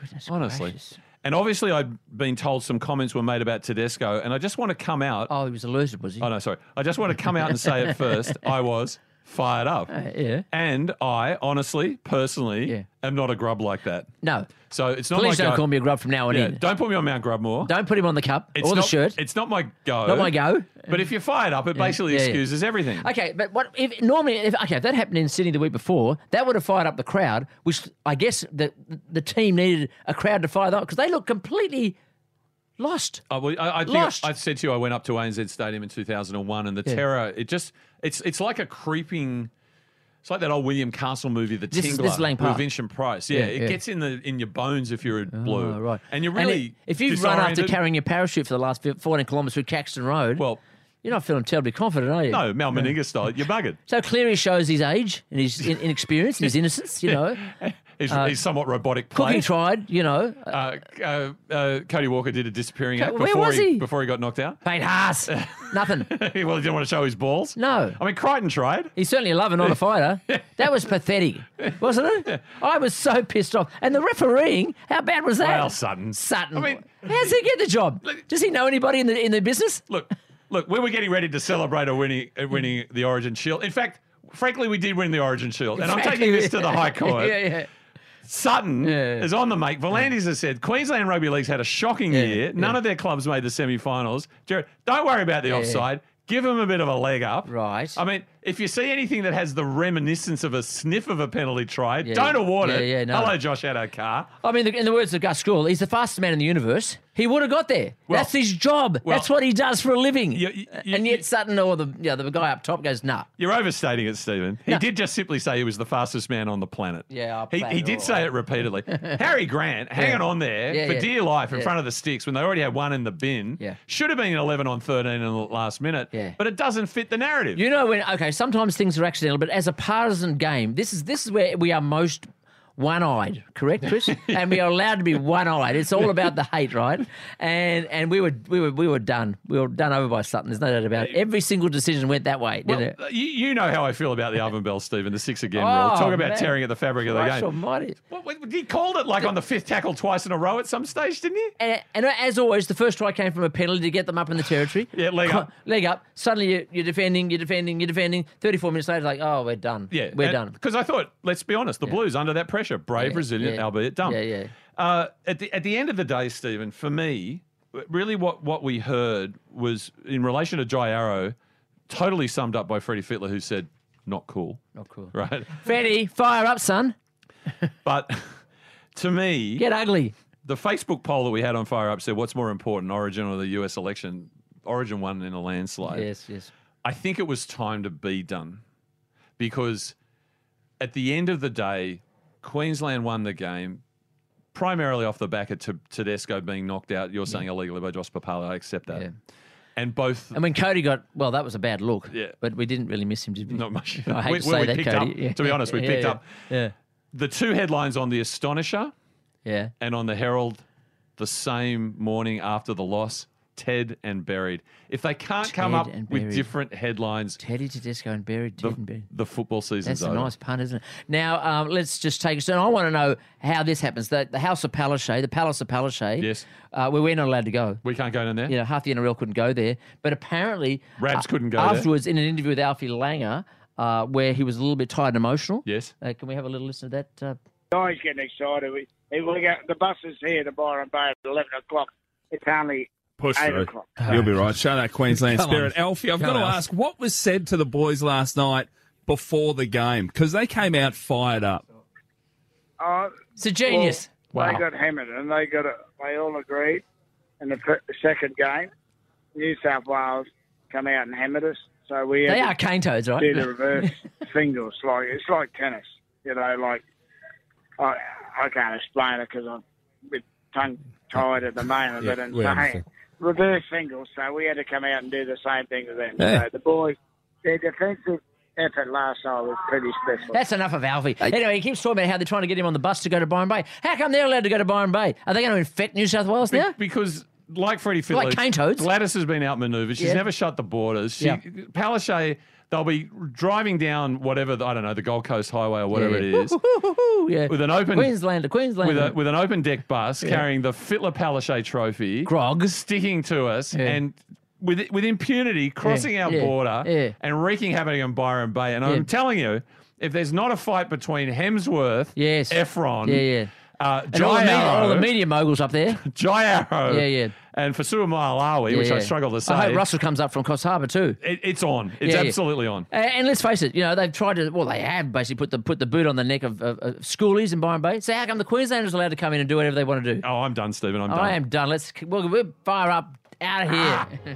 Goodness
Honestly.
gracious.
And obviously, I'd been told some comments were made about Tedesco, and I just want to come out.
Oh, he was alerted, was he?
Oh, no, sorry. I just want to come out and say it first. I was fired up.
Uh, yeah.
And I, honestly, personally,
Yeah.
am not a grub like that.
No.
So it's not
Please
Oh my
don't
go.
call me a grub from now on
yeah,
in. Don't,
don't put me on Mount Grubmore.
put him on the cup
it's
or
not,
the shirt.
It's not my go.
Not my go.
But if you're fired up, it basically
yeah, yeah.
excuses everything.
Okay, but what if normally if okay if that happened in Sydney the week before, that would have fired up the crowd, which I guess the the team needed a crowd to fire them up because they looked completely lost.
I, well, I, I think
Lost.
I, said to you, I went up to ANZ Stadium in 2001, and the
Yeah.
terror. It just it's it's like a creeping. It's like that old William Castle movie, The
This is-
Tingler,
this is Lang
with
Park.
Vincent Price. Yeah,
Yeah,
it
yeah.
gets in the in your bones if you're a blue,
Oh, right,
And you're
it-
really
if you've run after
disoriented.
carrying your parachute for the last fif- 14 kilometres through Caxton Road,
Well,
you're not feeling terribly confident, are you?
no, Mal Meninga style, you're buggered.
So Cleary shows his age and his in- inexperience and his innocence. You know,
He's, he's somewhat robotic play.
Uh, cooking tried. You know, uh,
Uh, uh, uh, Cody Walker did a disappearing act
where
before
was he?
before he got knocked out.
paid Haas. Nothing.
well, he didn't want to show his balls.
No.
I mean Crichton tried.
He's certainly a lover, not a fighter. That was pathetic, wasn't it? I was so pissed off. And the refereeing, how bad was that?
Well, Sutton.
Sutton.
I mean-
how does he get the job? Does he know anybody in the in the business?
look, look, we were getting ready to celebrate a winning, a winning the Origin Shield. In fact, frankly, we did win the Origin Shield, and I'm taking this to the High Court.
yeah, yeah.
Sutton
Yeah.
is on the make. Volandis has said Queensland Rugby League's had a shocking year. None of their clubs made the semi-finals. Jared, don't worry about the offside. Give them a bit of a leg up.
Right.
I mean, if you see anything that has the reminiscence of a sniff of a penalty try,
Yeah,
don't award
yeah,
it.
yeah, no.
Hello, Josh Adokar.
I mean, in the words of Gus School, he's the fastest man in the universe. He would have got there.
Well-
That's his job.
well-
That's what he does for a living.
You- you- you-
and yet Sutton or the yeah, the guy up top goes, nah.
You're overstating it, Stephen. He
No.
did just simply say he was the fastest man on the planet.
Yeah, I'll
he,
play
he
it
did
all
say
right.
it repeatedly. Harry Grant hanging on there
Yeah,
for
yeah.
dear life in
Yeah.
front of the sticks when they already had one in the bin.
Yeah.
Should have been an 11 on 13 in the last minute,
Yeah.
but it doesn't fit the narrative.
You know when okay, sometimes things are accidental, but as a partisan game, this is this is where we are most one-eyed, correct, Chris? and we are allowed to be one-eyed. It's all about the hate, right? And and we were we were we were done. We were done over by Sutton. There's no doubt about it. Every single decision went that way,
well, uh,
didn't it?
you, you know how I feel about the oven bell, Stephen, the six again
Oh,
rule. Talk about
man.
tearing at the fabric of the
Christ
game.
almighty.
What- what- he called it like on the fifth tackle twice in a row at some stage, didn't he?
And, and as always, the first try came from a penalty to get them up in the territory.
Yeah, leg
Co-
up.
Leg up. Suddenly you're, you're defending, you're defending, you're defending. 34 minutes later, like, oh, we're done.
Yeah,
We're done.
Because I thought, let's be honest, the Blues under that pressure, brave,
Yeah,
resilient,
yeah.
albeit dumb.
Yeah, yeah.
Uh, at the at the end of the day, Stephen, for me, really what what we heard was in relation to Jai Arrow, totally summed up by Freddie Fitler, who said, "Not Oh, cool."
Not cool.
Right,
Freddie, fire up, son.
but to me,
Get ugly.
the Facebook poll that we had on Fire Up said, "What's more important, Origin or the U.S. election?" Origin won in a landslide.
Yes, yes.
I think it was time to be done because at the end of the day, Queensland won the game primarily off the back of T- Tedesco being knocked out. You're saying illegally by Josh Papala. I accept that.
Yeah. Um,
And both.
And when Cody got well, that was a bad look.
Yeah.
but we didn't really miss him, did we?
not much.
I hate
We-
to
well,
say
we
that,
picked
Cody.
up.
Yeah.
To be honest, we
Yeah,
picked
yeah.
up
Yeah,
the two headlines on the Astonisher
yeah.
and on the Herald the same morning after the loss. Ted and buried. If they can't come
Ted
up
and
with
Buried.
different headlines,
Teddy Tedesco and Barry Teddenberry.
the football season's
That's a
over.
nice pun, isn't it? Now um, let's just take us. And I want to know how this happens. The, the House of Palaszczuk, the Palace of Palaszczuk.
Yes.
uh, we we're not allowed to go.
We can't go down there.
You know, half the NRL couldn't go there, but apparently uh,
Rabs couldn't go there.
Afterwards, in an interview with Alfie Langer, uh, where he was a little bit tired and emotional.
Yes.
Uh, can we have a little listen to that? Uh,
guy's getting excited. We, if we get the bus is here to Byron Bay at 11 o'clock. It's only
Push
8
through.
o'clock.
You'll be right. Shout out Queensland
Come
spirit.
on.
Alfie, I've got
Come
to
on, Alf.
ask, what was said to the boys last night before the game? Because they came out fired up.
Oh,
it's a genius.
They got hammered and they got a, they all agreed in the fir- the second game. New South Wales come out and hammered us. So we
they
had
are cane toads, right?
to do the reverse singles. Like It's like tennis. You know, like I, I can't explain it because I'm a bit tongue tied at the moment.
Yeah,
but in
we
saying
understand.
reverse singles, so we had to come out and do the same thing to them.
Yeah.
So the boys, their defensive effort last night was pretty special.
That's enough of Alfie. anyway, he keeps talking about how they're trying to get him on the bus to go to Byron Bay. How come they're allowed to go to Byron Bay? Are they going to infect New South Wales
Be-
now?
Because like Freddie Fiddler,
Like cane toads.
Gladys has been outmaneuvered. She's
Yeah.
never shut the borders. She,
Yeah.
Palaszczuk, they'll be driving down whatever the- I don't know the Gold Coast Highway or whatever it is.
yeah.
With an open-
Queenslander, Queenslander.
With, a, with an open deck bus carrying the Fittler Palaszczuk trophy,
Grogs.
sticking to us, and with with impunity crossing our
yeah,
border
yeah.
and wreaking havoc on Byron Bay. And I'm telling you, if there's not a fight between Hemsworth,
Yes.
Efron,
Yeah, yeah.
uh,
and all the,
Jai
media, all the
Arrow-
media moguls up there.
Jai Arrow.
Yeah, yeah.
And Fasua Malawi,
Yeah,
which I
yeah.
struggle to say.
I hope Russell comes up from Coss Harbour too.
It, it's on. It's
Yeah, yeah.
absolutely on.
A- And let's face it, you know they've tried to. Well, they have basically put the put the boot on the neck of, of, of schoolies in Byron Bay. So how come the Queenslanders are allowed to come in and do whatever they want to do?
Oh, I'm done, Stephen. I'm done.
I am done. Let's we'll, we'll fire up out of here.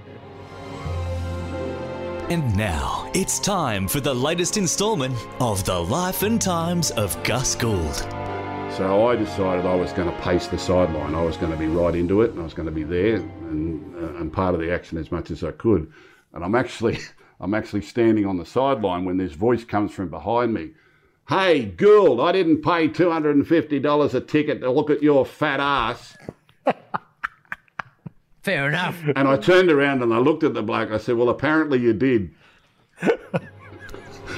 And now it's time for the latest installment of The Life and Times of Gus Gould.
So I decided I was going to pace the sideline. I was going to be right into it, and I was going to be there and uh, and part of the action as much as I could. And I'm actually I'm actually standing on the sideline when this voice comes from behind me. Hey, Gould, I didn't pay two hundred and fifty dollars a ticket to look at your fat ass.
Fair enough.
And I turned around and I looked at the bloke. I said, "Well, apparently you did."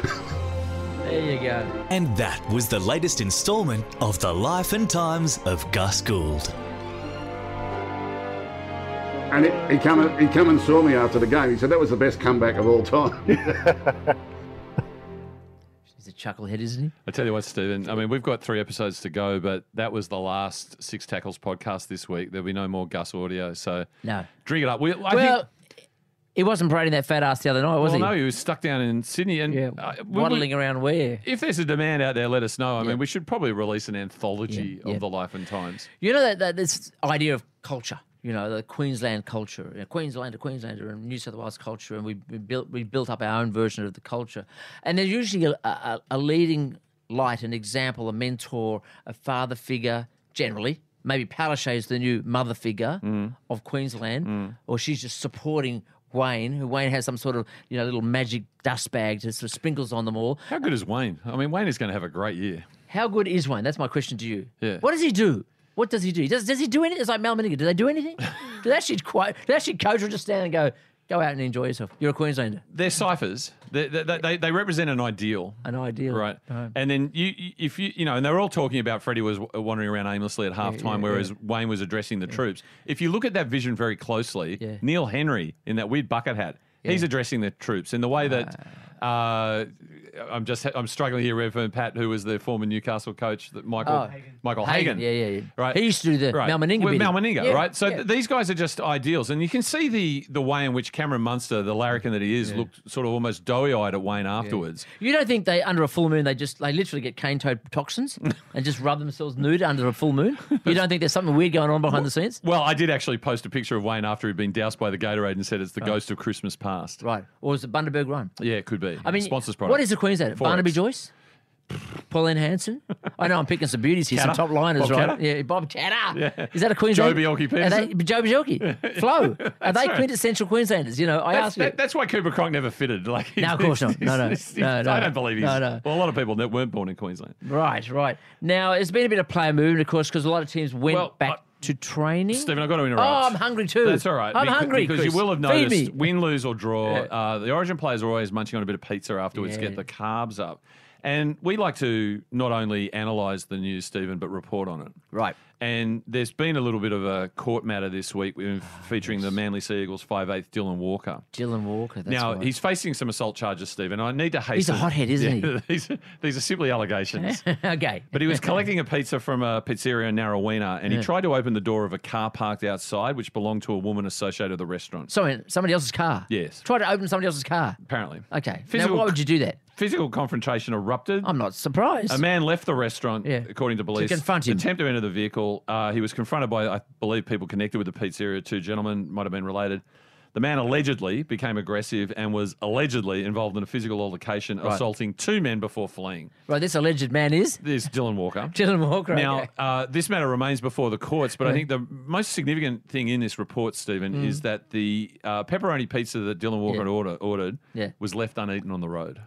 There you go.
And that was the latest installment of The Life and Times of Gus Gould.
And he, he come and- he come and saw me after the game. He said that was the best comeback of all time.
He's a chucklehead, isn't he?
I tell you what, Stephen. I mean, we've got three episodes to go, but that was the last Six Tackles podcast this week. There'll be no more Gus audio. So
No.
drink it up. We, I
well,
think,
he wasn't parading that fat ass the other night, was
well,
he?
no, he was stuck down in Sydney. And
Yeah,
uh, we- we-
waddling around where?
if there's a demand out there, let us know. I mean, we should probably release an anthology
Yeah,
of
yeah.
the life and times.
You know that, that this idea of culture, you know, the Queensland culture, you know, Queenslander, Queenslander, and New South Wales culture, and we, we built we built up our own version of the culture, and there's usually a, a, a leading light, an example, a mentor, a father figure, generally. Maybe Palaszczuk is the new mother figure of Queensland, or she's just supporting Wayne, who Wayne has some sort of you know little magic dust bag that sort of sprinkles on them all.
How good is Wayne? I mean, Wayne is going to have a great year.
How good is Wayne? That's my question to you.
Yeah.
What does he do? What does he do? Does, does he do anything? It's like Mal Meninga. Do they do anything? do they actually quite? Do they actually coach or just stand and go, go out and enjoy yourself? You're a Queenslander.
They're ciphers. They, they, they, they represent an ideal.
An ideal.
Right. And then you, you- if you, you know, and they're all talking about Freddie was w- wandering around aimlessly at halftime, whereas Wayne was addressing the troops. If you look at that vision very closely,
Yeah.
Neil Henry in that weird bucket hat, he's addressing the troops in the way that.
Ah.
Uh, I'm just I'm struggling here, Reverend Pat, who was the former Newcastle coach, that Michael
Oh.
Michael
Hagan,
Hagan.
yeah, yeah, yeah.
Right,
He used to do the Mal Meninga
With
bit.
Mal Meninga,
Yeah,
right? So
yeah.
th- these guys are just ideals, and you can see the the way in which Cameron Munster, the larrikin that he is, looked sort of almost doughy eyed at Wayne afterwards.
You don't think they under a full moon they just they literally get cane toad toxins and just rub themselves nude under a full moon? You don't think there's something weird going on behind the scenes?
Well, I did actually post a picture of Wayne after he'd been doused by the Gatorade and said it's the ghost of Christmas past.
Right. Or is it Bundaberg Run?
Yeah, it could be.
I mean,
sponsors product.
What is the Queenslander?
Forex.
Barnaby Joyce? Pauline Hanson? I know I'm picking some beauties here, some
Catter?
top liners,
Bob
right?
Catter?
Yeah, Bob Chatter. Is that a Queenslander?
Bielke
Are they-
Peterson?
Joe Bielke. Flo. Are they
right.
quintessential Queenslanders? You know, I
That's,
ask you.
that, that's why Cooper Cronk never fitted. Like,
No, of course not. No, no. No, no.
I don't believe he's.
No, no.
Well, a lot of people that weren't born in Queensland.
Right, right. Now, it's been a bit of player movement, of course, because a lot of teams went
Well,
back
I-
to training.
Stephen, I've got to
Oh,
interrupt.
I'm hungry too.
That's all right.
I'm
Becau-
hungry
because
Chris.
you will have
Feed
noticed
me.
win, lose or draw. Uh, the Origin players are always munching on a bit of pizza afterwards, to
Yeah.
get the carbs up, and we like to not only analyse the news, Stephen, but report on it.
Right.
And there's been a little bit of a court matter this week with-
Oh,
featuring the Manly Sea Eagles 5'8 Dylan Walker.
Dylan Walker. That's
now,
right.
he's facing some assault charges, Stephen. I need to hasten.
a hothead, isn't
he? These, these are simply allegations.
okay.
But he was collecting a pizza from a pizzeria in Narrowena and he tried to open the door of a car parked outside, which belonged to a woman associated with the restaurant.
Someone, somebody else's car.
Yes.
Try to open somebody else's car.
Apparently.
Okay.
Physical-
now, why would you do that?
Physical confrontation erupted.
I'm not surprised.
a man left the restaurant,
Yeah.
according to police.
confront him.
Attempt to enter the vehicle. Uh, he was confronted by, I believe, people connected with the pizzeria. Two gentlemen might have been related. The man allegedly became aggressive and was allegedly involved in a physical altercation, assaulting two men before fleeing.
Right, this alleged man is
There's Dylan Walker.
Dylan Walker.
Now,
okay.
uh, this matter remains before the courts,
Mm.
but I think the most significant thing in this report, Stephen, is that the uh, pepperoni pizza that Dylan Walker
Yeah.
had order, ordered
Yeah.
was left uneaten on the road.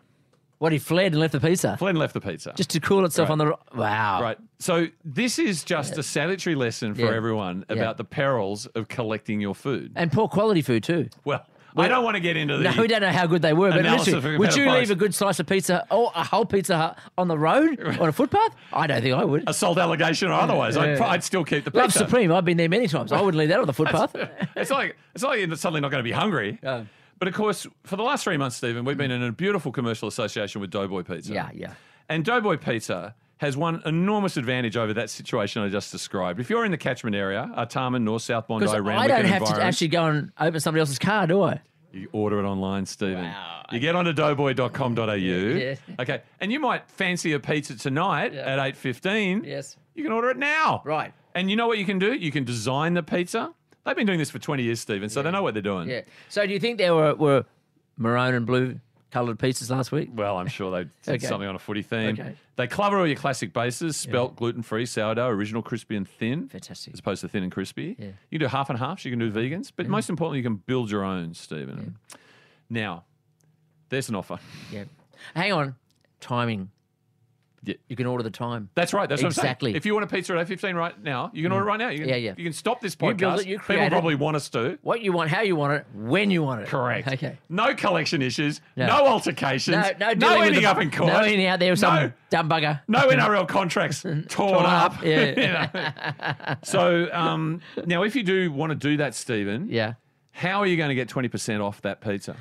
What, he fled and left the pizza?
Fled and left the pizza.
Just to cool itself
Right.
on the. ro- Wow.
Right. So this is just a salutary lesson for
Yeah.
everyone
Yeah.
about the perils of collecting your food.
And poor quality food, too.
Well, I don't want to get into the.
No, we don't know how good they were, but
analysis
literally,
of
would
how
you
price-
leave a good slice of pizza or a whole pizza Hut on the road on a footpath? I don't think I would.
Assault allegation or otherwise, I'd,
Yeah.
I'd still keep the
Love
pizza.
Supreme. I've been there many times. I wouldn't leave that on the footpath.
it's like it's like you're suddenly not going to be hungry. But of course, for the last three months, Stephen, we've been in a beautiful commercial association with Doughboy Pizza.
Yeah, yeah.
And Doughboy Pizza has one enormous advantage over that situation I just described. If you're in the catchment area, Artarmon, North, South Bondi,
Because
Randwick,
I don't
and
have to
environs,
actually go and open somebody else's car, do I?
You order it online, Stephen. You get onto doughboy.com.au.
Yeah.
Okay. And you might fancy a pizza tonight at 8.15.
Yes.
You can order it now.
Right.
And you know what you can do? You can design the pizza. They've been doing this for 20 years, Stephen, so they know what they're doing.
Yeah. So do you think there were, were maroon and blue coloured pizzas last week?
Well, I'm sure they did
Okay.
something on a footy theme.
Okay.
They cover all your classic bases, spelt, gluten-free, sourdough, original, crispy and thin. Fantastic. As opposed to thin and crispy.
Yeah.
You can do half and half, you can do vegans. But most importantly, you can build your own, Stephen. Now, there's an offer.
Yeah. Hang on. Timing.
Yeah.
You can order the time.
That's right. That's what I'm saying.
exactly. Mm.
If you want a pizza at 8.15 right now, you can order it right now. You can,
Yeah, yeah.
You can stop this podcast.
You build it, you create
People
it.
probably want us to.
what you want, how you want it, when you want it.
Correct.
Okay.
No collection issues.
No.
No, altercations.
No, no,
no
dealing with
ending
the-
up in court.
No ending out there with some
No-
dumb bugger.
No NRL contracts torn,
Torn
up.
up, yeah.
You know. So um, now, if you do want to do that, Stephen,
yeah.
How are you going to get twenty percent off that pizza?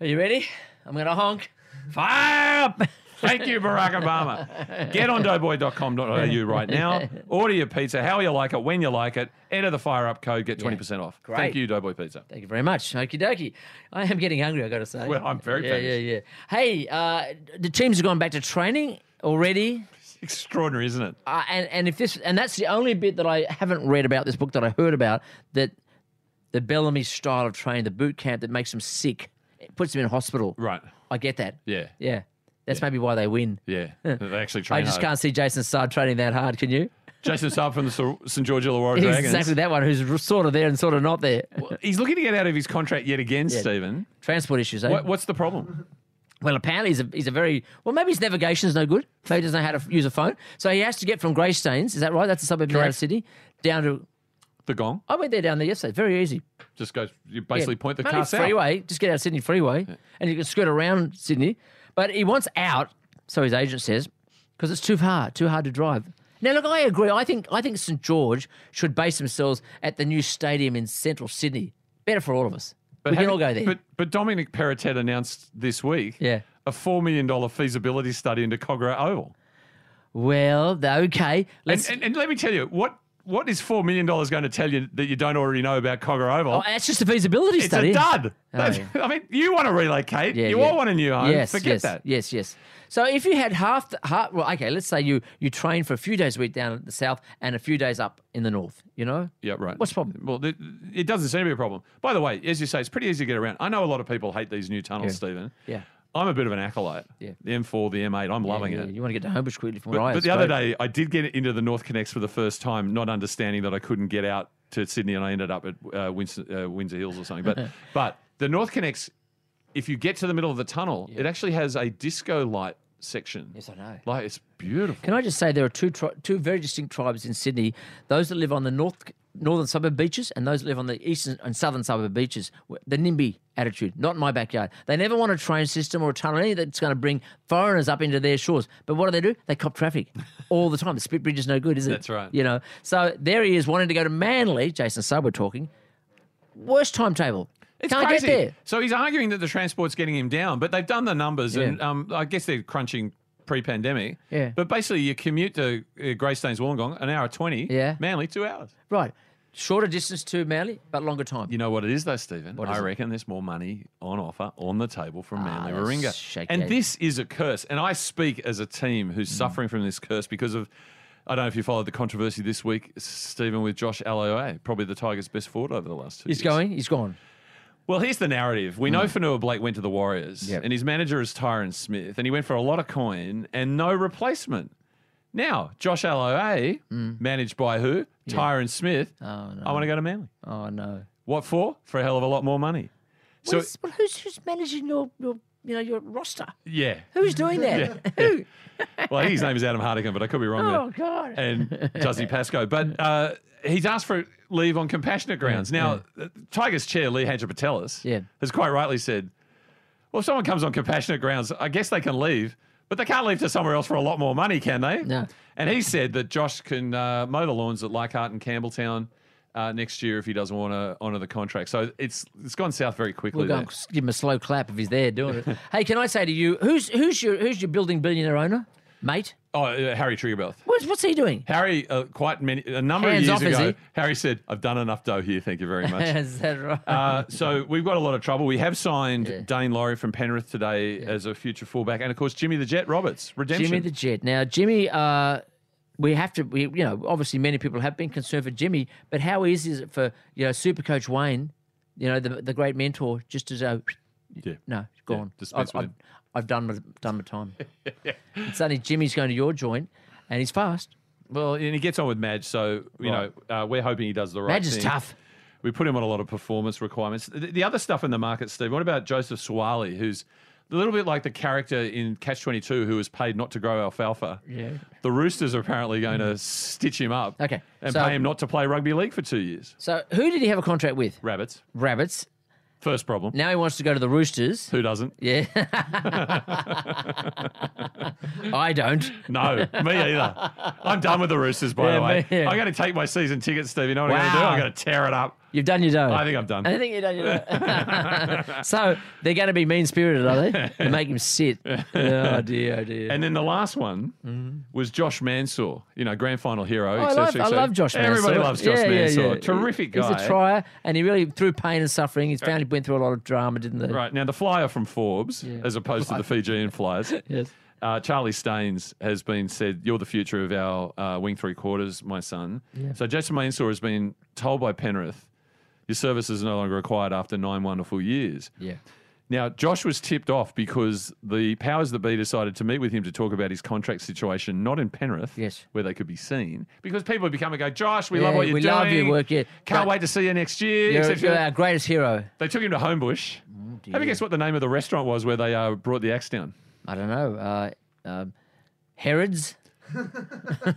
Are you ready? I'm going to honk.
Fire! Thank you, Barack Obama. Get on doughboy.com.au right now. Order your pizza how you like it, when you like it. Enter the fire up code, get 20% off.
Great.
Thank you, Doughboy Pizza.
Thank you very much. Okie dokie. I am getting hungry, i got to say.
Well, I'm very
Yeah,
famished.
yeah, yeah. Hey, uh, the teams have gone back to training already.
Extraordinary, isn't it?
Uh, and, and if this and that's the only bit that I haven't read about this book that I heard about that the Bellamy style of training, the boot camp that makes them sick, it puts them in hospital.
Right.
I get that.
Yeah.
Yeah. That's maybe why they win.
Yeah. They actually
I
train
just
hard.
can't see Jason Sard training that hard, can you?
Jason Saab from the Sor- St. George Illawarra
He's
Dragons.
exactly that one who's sort of there and sort of not there.
He's looking to get out of his contract yet again,
Yeah.
Stephen.
Transport issues, eh?
What, what's the problem?
Well, apparently he's a, he's a very well. Maybe his navigation's no good. Maybe he doesn't know how to use a phone. So he has to get from Greystanes. Is that right? That's a suburb near
Correct.
out of Sydney. Down to
The gong
I went there down there yesterday. It's Very easy.
just goes, you basically
Yeah.
point the
Mainly
car south.
freeway. Just get out of Sydney freeway, and you can skirt around Sydney. But he wants out, so his agent says, because it's too hard, too hard to drive. Now, look, I agree. I think I think St George should base themselves at the new stadium in central Sydney. Better for all of us. we can
have-
all go there.
But, but Dominic Perrottet announced this week
Yeah.
a $4 million feasibility study into Cogra Oval.
well, th- okay.
And,
Let's.
and, and let me tell you, what what is $4 million going to tell you that you don't already know about Cogra Oval?
oh, that's just a feasibility
it's
study.
a
Oh,
dud. That's-
yeah.
I mean, you want to relocate.
Yeah,
you
yeah.
all want a new home.
Yes,
Forget
yes,
that.
Yes, yes. So if you had half, the, half, well, okay, let's say you you train for a few days a week down at the south and a few days up in the north. You know,
Yeah, right.
what's the problem?
Well, th- it doesn't seem to be a problem. By the way, as you say, it's pretty easy to get around. I know a lot of people hate these new tunnels,
Yeah.
Stephen.
Yeah.
I'm a bit of an acolyte.
Yeah.
The M4, the M8, I'm loving
Yeah,
it.
You want to get to Homebush quickly from
But,
where I am,
but the other
straight.
day, I did get into the North Connects for the first time, not understanding that I couldn't get out to Sydney, and I ended up at uh, Winston, uh, Windsor Hills or something. But but the North Connects, if you get to the middle of the tunnel, it actually has a disco light section.
Yes, I know.
Like it's beautiful.
Can I just say there are two tri- two very distinct tribes in Sydney: those that live on the north northern suburb beaches, and those that live on the eastern and southern suburb beaches. Wh- The NIMBY attitude, not in my backyard. They never want a train system or a tunnel, anything that's going to bring foreigners up into their shores. But what do they do? They cop traffic all the time. The split bridge is no good, is it?
That's right.
You know. So there he is, wanting to go to Manly. Jason Sub, we're talking. Worst timetable.
It's
Can't
crazy.
get there.
So he's arguing that the transport's getting him down, but they've done the numbers, and um, I guess they're crunching pre-pandemic.
Yeah.
But basically, you commute to uh, Greystanes Wollongong an hour twenty.
Yeah.
Manly two hours.
Right. Shorter distance to Manly, but longer time.
You know what it is, though, Stephen?
What is
I
it? Ah,
reckon there's more money on offer on the table from Manly
that's
Warringah.
shaky. eh? Mm.
And this is a curse. And I speak as a team who's suffering from this curse because of, I don't know if you followed the controversy this week, Stephen, with Josh Alioa, probably the Tigers' best forward over the last two
He's
years.
going. He's gone.
Well, here's the narrative. We know Fanua Blake went to the Warriors,
Yep.
and his manager is Tyron Smith, and he went for a lot of coin and no replacement. Now, Josh Aloe, managed by who? Tyron Smith.
Mm. Oh no.
I want to go to Manly.
Oh no.
What for? For a hell of a lot more money.
What is- well, who's who's managing your your you know your roster.
Yeah.
Who's doing that?
Who? Well, I think his name is Adam Hardigan, but I could be wrong there.
Oh, God.
And Duzzy Pascoe. But uh, he's asked for leave on compassionate grounds. Now, uh Tigers chair, Lee Hadjipatelis, yeah. has quite rightly said, well, if someone comes on compassionate grounds, I guess they can leave, but they can't leave to somewhere else for a lot more money, can they? No. And he said that Josh can uh, mow the lawns at Leichhardt and Campbelltown. Uh, next year, if he doesn't want to honour the contract, so it's it's gone south very quickly.
We'll go
there.
and give him a slow clap if he's there doing it. hey, can I say to you, who's who's your who's your building billionaire owner, mate?
Oh, uh, Harry Triggerbelt.
What's what's he doing?
Harry, uh, quite many, a number
Hands
of
off,
years
is
ago,
he?
Harry said, I've done enough dough here. Thank you very much.
Is that right?
Uh, so we've got a lot of trouble. We have signed Dane Laurie from Penrith today as a future fullback, and of course Jimmy the Jet Roberts, redemption.
Jimmy the Jet. Now, Jimmy, uh, we have to, we, you know, obviously many people have been concerned for Jimmy, but how easy is it for, you know, Supercoach Wayne, you know, the, the great mentor, just to go,
yeah.
no,
Yeah,
gone.
dispense
I've,
with
I've, I've done, my, done my time. And suddenly Jimmy's going to your joint and he's fast.
Well, and he gets on with Madge, so you know uh, we're hoping he does the right.
Madge is
thing.
tough.
We put him on a lot of performance requirements. The, the other stuff in the market, Steve. What about Joseph Suwali, who's a little bit like the character in Catch Twenty Two, who was paid not to grow alfalfa.
Yeah.
The Roosters are apparently going to stitch him up.
Okay,
And
so-
pay him not to play rugby league for two years.
So who did he have a contract with?
Rabbits.
Rabbits.
First problem.
Now he wants to go to the Roosters.
Who doesn't?
Yeah. I don't.
No, me either. I'm done with the Roosters, by
Yeah,
the way.
me- yeah.
I'm going to take my season ticket, Steve. You know what I'm going to do?
Wow.
I'm going to tear it up.
You've done your dough.
I think I'm done.
I think you've done your dough. so they're going to be mean spirited, are they? They make him sit. Oh, dear, oh, dear.
And then the last one was Josh Mansour, you know, grand final hero.
Oh, I,
etc.,
love, I
etc.
love Josh Mansour.
Everybody loves Josh
Yeah, yeah,
Mansour.
yeah.
Terrific guy.
He's a trier, and he really, through pain and suffering, his family went through a lot of drama, didn't they?
Right. Now, the flyer from Forbes, as opposed to the Fijian flyers.
yes.
Uh, Charlie Staines has been said, You're the future of our uh, wing three quarters, my son.
Yeah.
So, Jason Mansour has been told by Penrith, Your service is no longer required after nine wonderful years.
Yeah.
Now, Josh was tipped off because the powers that be decided to meet with him to talk about his contract situation, not in Penrith, yes. where they could be seen, because people would become and go, Josh, we love
Yeah,
what you're
we
doing.
love your work, yeah.
Can't
But
wait to see you next year.
You're,
etc."
you're our greatest hero.
They took him to Homebush.
Oh,
Have a guess what the name of the restaurant was where they uh, brought the axe down.
I don't know. Uh, um, Herod's?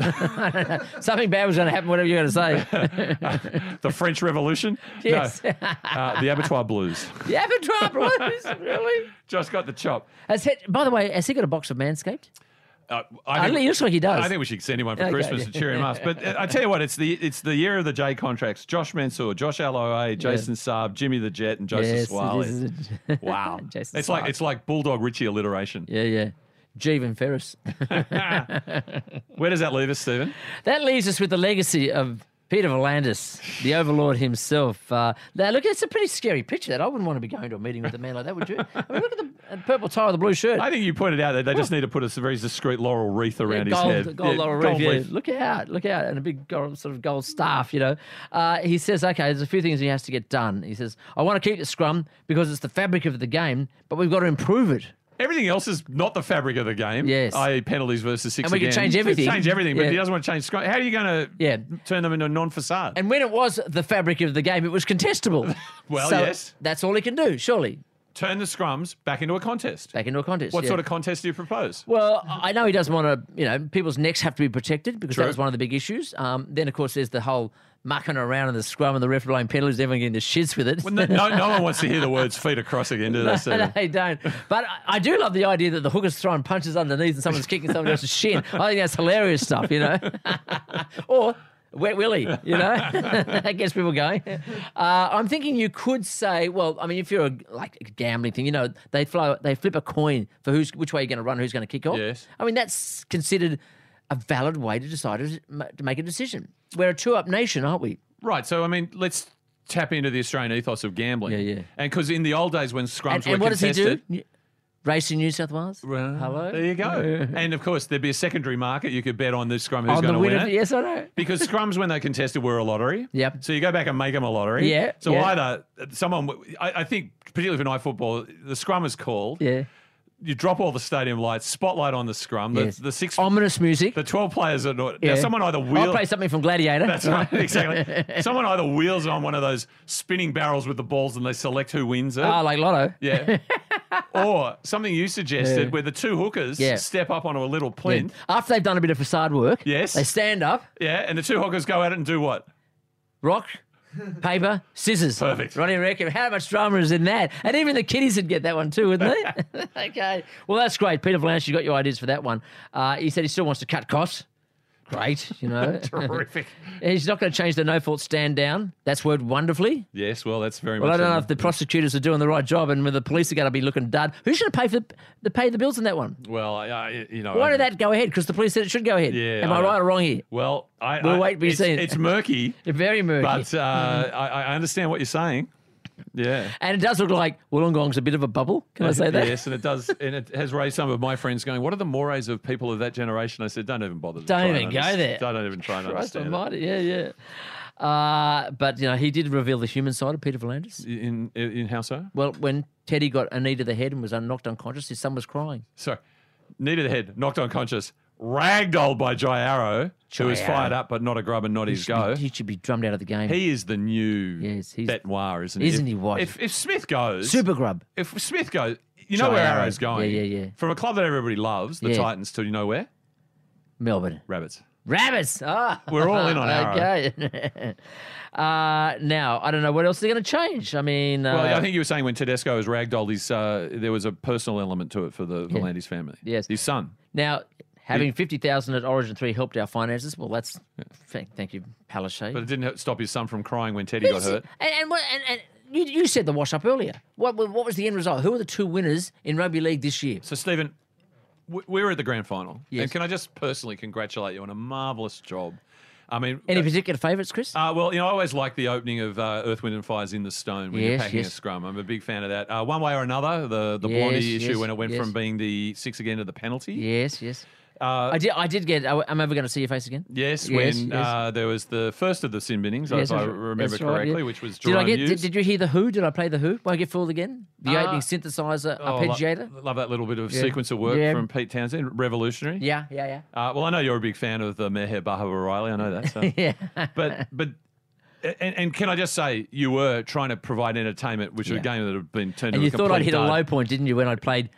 Something bad was going to happen, whatever you're going to say.
The French Revolution?
Yes.
No. Uh, the Abattoir Blues.
the Avatar Blues, really?
Josh got the chop.
Has he, by the way, has he got a box of Manscaped?
Uh,
Uh, he looks like he does.
I think we should send him one for
Okay.
Christmas to cheer him up. But uh, I tell you what, it's the it's the year of the J contracts. Josh Mansour, Josh Aloe, Jason Saab, Jimmy the Jet, and Joseph
Yes, it
Swale.
is.
Wow,
Jason
it's like
Saab.
it's like Bulldog Richie alliteration.
Yeah, yeah. Jeevan Ferris.
Where does that leave us, Stephen?
That leaves us with the legacy of Peter Volandis, the Overlord himself. Uh, now, look, it's a pretty scary picture. That I wouldn't want to be going to a meeting with a man like that, would you? I mean, look at the uh, purple tie with the blue shirt.
I think you pointed out that they just need to put a very discreet laurel wreath around
Yeah,
his
gold,
head.
Gold
Yeah,
laurel
gold
wreath, yeah.
leaf.
Look out, look out, and a big gold, sort of gold staff, you know. Uh, he says, okay, there's a few things he has to get done. He says, I want to keep the scrum because it's the fabric of the game, but we've got to improve it.
Everything else is not the fabric of the game.
Yes.
i.e. penalties versus six.
And we can
again.
change everything.
Change everything, but
Yeah.
he doesn't want to change. Scott. How are you going to
Yeah.
turn them into a non-facade?
And when it was the fabric of the game, it was contestable.
Well,
So
yes.
That's all he can do, surely.
Turn the scrums back into a contest.
Back into a contest.
What
yeah.
sort of contest do you propose?
Well, I know he doesn't want to. You know, people's necks have to be protected because
True.
that was one of the big issues. Um, then, of course, there's the whole mucking around in the scrum and the ref blowing penalties. Everyone getting the shits with it.
No, no, no one wants to hear the words feet across again, do they?
No,
Stephen?
they don't. But I- I do love the idea that the hooker's throwing punches underneath and someone's kicking someone else's shin. I think that's hilarious stuff, you know. or wet willy, you know. that gets people going. Uh, I'm thinking you could say, well, I mean, if you're a, like a gambling thing, you know, they fly, they flip a coin for who's which way you're going to run, who's going to kick off.
Yes.
I mean, that's considered a valid way to decide to make a decision. We're a two-up nation, aren't we?
Right. So I mean, let's tap into the Australian ethos of gambling. Yeah, yeah. And because in the old days when scrums
And,
were
and what does he
contested,
do? Race in New South Wales? Hello?
There you go. and of course, there'd be a secondary market you could bet on this scrum who's
On the
going to
win
win
of-
it.
yes, I know.
Because scrums, when they contested, were a lottery.
Yep.
So you go back and make them a lottery.
Yeah,
So
yeah.
either someone, w- I, I think, particularly for night football, the scrum is called.
Yeah.
You drop all the stadium lights, spotlight on the scrum. The,
Yes.
the six
ominous music.
The twelve players are not.
Yeah.
Now someone either wheel.
I'll play something from Gladiator.
That's right, exactly. Someone either wheels on one of those spinning barrels with the balls and they select who wins it.
Ah, like Lotto.
yeah. or something you suggested
Yeah.
where the two hookers
Yeah.
step up onto a little plinth.
After they've done a bit of facade work,
Yes.
they stand up,
Yeah, and the two hookers go at it and do what?
rock, paper, scissors. Perfect. Ronnie Rickham, how much drama is in that? And even the kiddies would get that one too, wouldn't they? okay. Well, that's great. Peter Blanche, you got your ideas for that one. Uh, he said he still wants to cut costs. Great, you know.
Terrific.
He's not going to change the no fault stand down. That's worded wonderfully.
Yes, well, that's very
Well,
much.
I don't
in
know if the prosecutors are doing the right job, and whether the police are going to be looking dud. Who's going to pay for the pay the bills in that one?
Well, I, I, you know.
Why
I-
did that go ahead? Because the police said it should go ahead.
Yeah,
Am I,
I
right
know.
or wrong here?
Well, I,
We'll
I-
wait and be
it's,
seen.
It's murky,
Very murky. Mm.
but uh, I, I understand what you're saying. Yeah.
and it does look like Wollongong's a bit of a bubble. Can I say that?
Yes, and it does, and it has raised some of my friends going, "What are the mores of people of that generation?" I said, "Don't even bother. To
Don't
try and
even go
underst-
there.
Don't even try and
Christ
understand." it."
almighty, yeah, yeah. Uh, but you know, he did reveal the human side of Peter Volandis.
In, in in how so?
Well, when Teddy got a knee to the head and was un- knocked unconscious, his son was crying.
So, knee to the head, knocked unconscious, ragdolled by Jai Arrow, who was
Jai
fired
Arrow.
up but not a grub and not
He
his
should
go.
be- he should be drummed out of the game.
He is the new
yes, he's,
bet noir, isn't he?
isn't he?
If-
What
If, if Smith goes,
super grub?
if Smith goes, you know
Jai
where
Arrow.
Arrow's going.
Yeah, yeah, yeah.
From a club that everybody loves, the
Yeah.
Titans, to you know where?
Melbourne
Rabbits.
rabbits. Ah,
We're all in on Arrow.
Okay. uh, now I don't know what else they're going to change. I mean, uh,
well, I think you were saying when Tedesco was ragdolled, his, uh, there was a personal element to it for the Volandis family.
Yes.
His son.
now having fifty thousand at Origin Three helped our finances. Well, that's thank, thank you, Palaszczuk.
But it didn't help- stop his son from crying when Teddy got
Yes,
hurt.
And, and, what- and, and you, you said the wash up earlier. What, what was the end result? Who are the two winners in rugby league this year?
So, Stephen, w- we were at the grand final.
Yes.
And can I just personally congratulate you on a marvellous job? I mean,
Any particular favourites, Chris?
Uh, well, you know, I always like the opening of uh, Earth, Wind and Fire's In the Stone when you're
Yes,
packing a
yes.
scrum. I'm a big fan of that. Uh, one way or another, the, the
Yes,
Blondie issue
yes,
when it went
yes.
from being the six again to the penalty.
Yes, yes.
Uh,
I did. I did get. I- I'm ever going to see your face again.
Yes,
Yes,
when
yes.
Uh, there was the first of the sin binnings,
Yes,
if I
that's-
remember
that's right,
correctly,
yeah.
which was
Did I
Jerome
get? Did,
Hughes.
did you uh, hear the Who? Did I play the Who? Won't get fooled again. The
Ah.
opening synthesizer
Oh, lo-
arpeggiator.
Love, that little bit of
Yeah.
sequence of work
Yeah.
from Pete Townsend, revolutionary.
Yeah, yeah, yeah.
Uh, well, I know you're a big fan of uh, the Meher Bahab O'Reilly. I know that. So.
Yeah.
But but and, and can I just say you were trying to provide entertainment, which is
Yeah.
a game that had been turned.
And you
into a
thought I'd hit
complete
a
dud.
low point, didn't you, when I played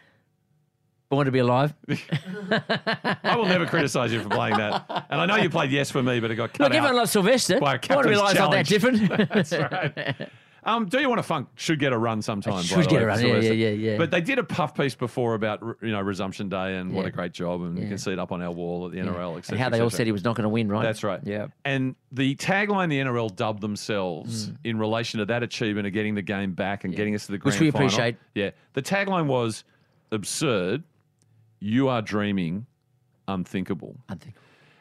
Born to Be Alive?
I will never criticise you for playing that. And I know you played yes for me, but it got cut
Look, everyone
out.
loves Sylvester.
by a
Born to Be
captain's
Alive's not that
challenge.
different.
That's right. Um, do you want to funk? Should get a run sometime. by
Should
the
get
way,
a run,
for
yeah,
Sylvester.
yeah, yeah, yeah.
But they did a puff piece before about r- you know resumption day and what
Yeah.
a great job, and you
Yeah.
can see it up on our wall at the
Yeah.
NRL. Et
and how they all said he was not going to win, right?
That's right.
Yeah.
And the tagline the NRL dubbed themselves
Hmm.
in relation to that achievement of getting the game back and getting us to the grand
Which we
final-
appreciate.
Yeah. The tagline was absurd. You are dreaming, unthinkable.
Unthinkable.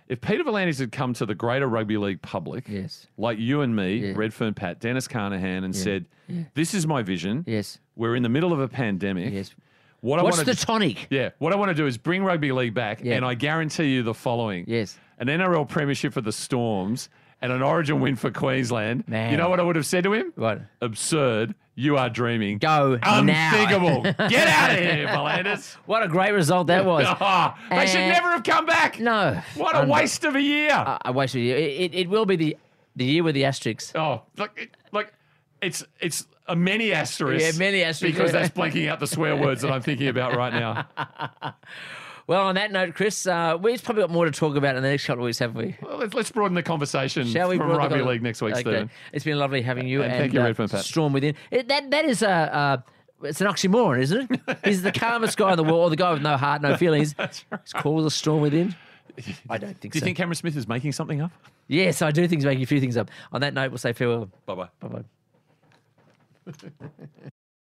If Peter Volandis had come to the greater rugby league public,
Yes.
like you and me, Redfern Pat, Dennis Carnahan, and said, "This is my vision.
Yes.
We're in the middle of a pandemic. Yes. What
What's
I
the
want to
tonic?
yeah, what I want to do is bring rugby league back,
Yeah.
and I guarantee you the following:
Yes.
an NRL premiership for the Storms and an Origin win for Queensland.
Man.
You know what I would have said to him?
What?
Absurd! You are dreaming.
Go now.
Unthinkable. Get out of here, Volandis.
What a great result that was.
Ah, they should
And-
never have come back.
No. Um, uh,
What a
Un-
waste of a year.
I, I waste of you. It, it, it will be the the year with the asterisks.
Oh, look, it- look, it's it's a many asterisk.
Yeah, many asterisks.
Because that's blanking out the swear words that I'm thinking about right now.
Well, on that note, Chris, uh, we've probably got more to talk about in the next couple of weeks, haven't we?
Well, let's, let's broaden the conversation
Shall we
from
broaden the
rugby
con-
league next week,
Okay.
Stephen.
It's been lovely having you
And
and,
thank you,
uh,
Redfern Pat.
Storm within. It, that that is a. Uh, it's an oxymoron, isn't it? He's the calmest guy in the world, or the guy with no heart, no feelings. It's called the storm within. I don't think
Do you
so.
think Cameron Smith is making something up?
Yes, I do think he's making a few things up. On that note, we'll say farewell.
Bye bye.
Bye bye.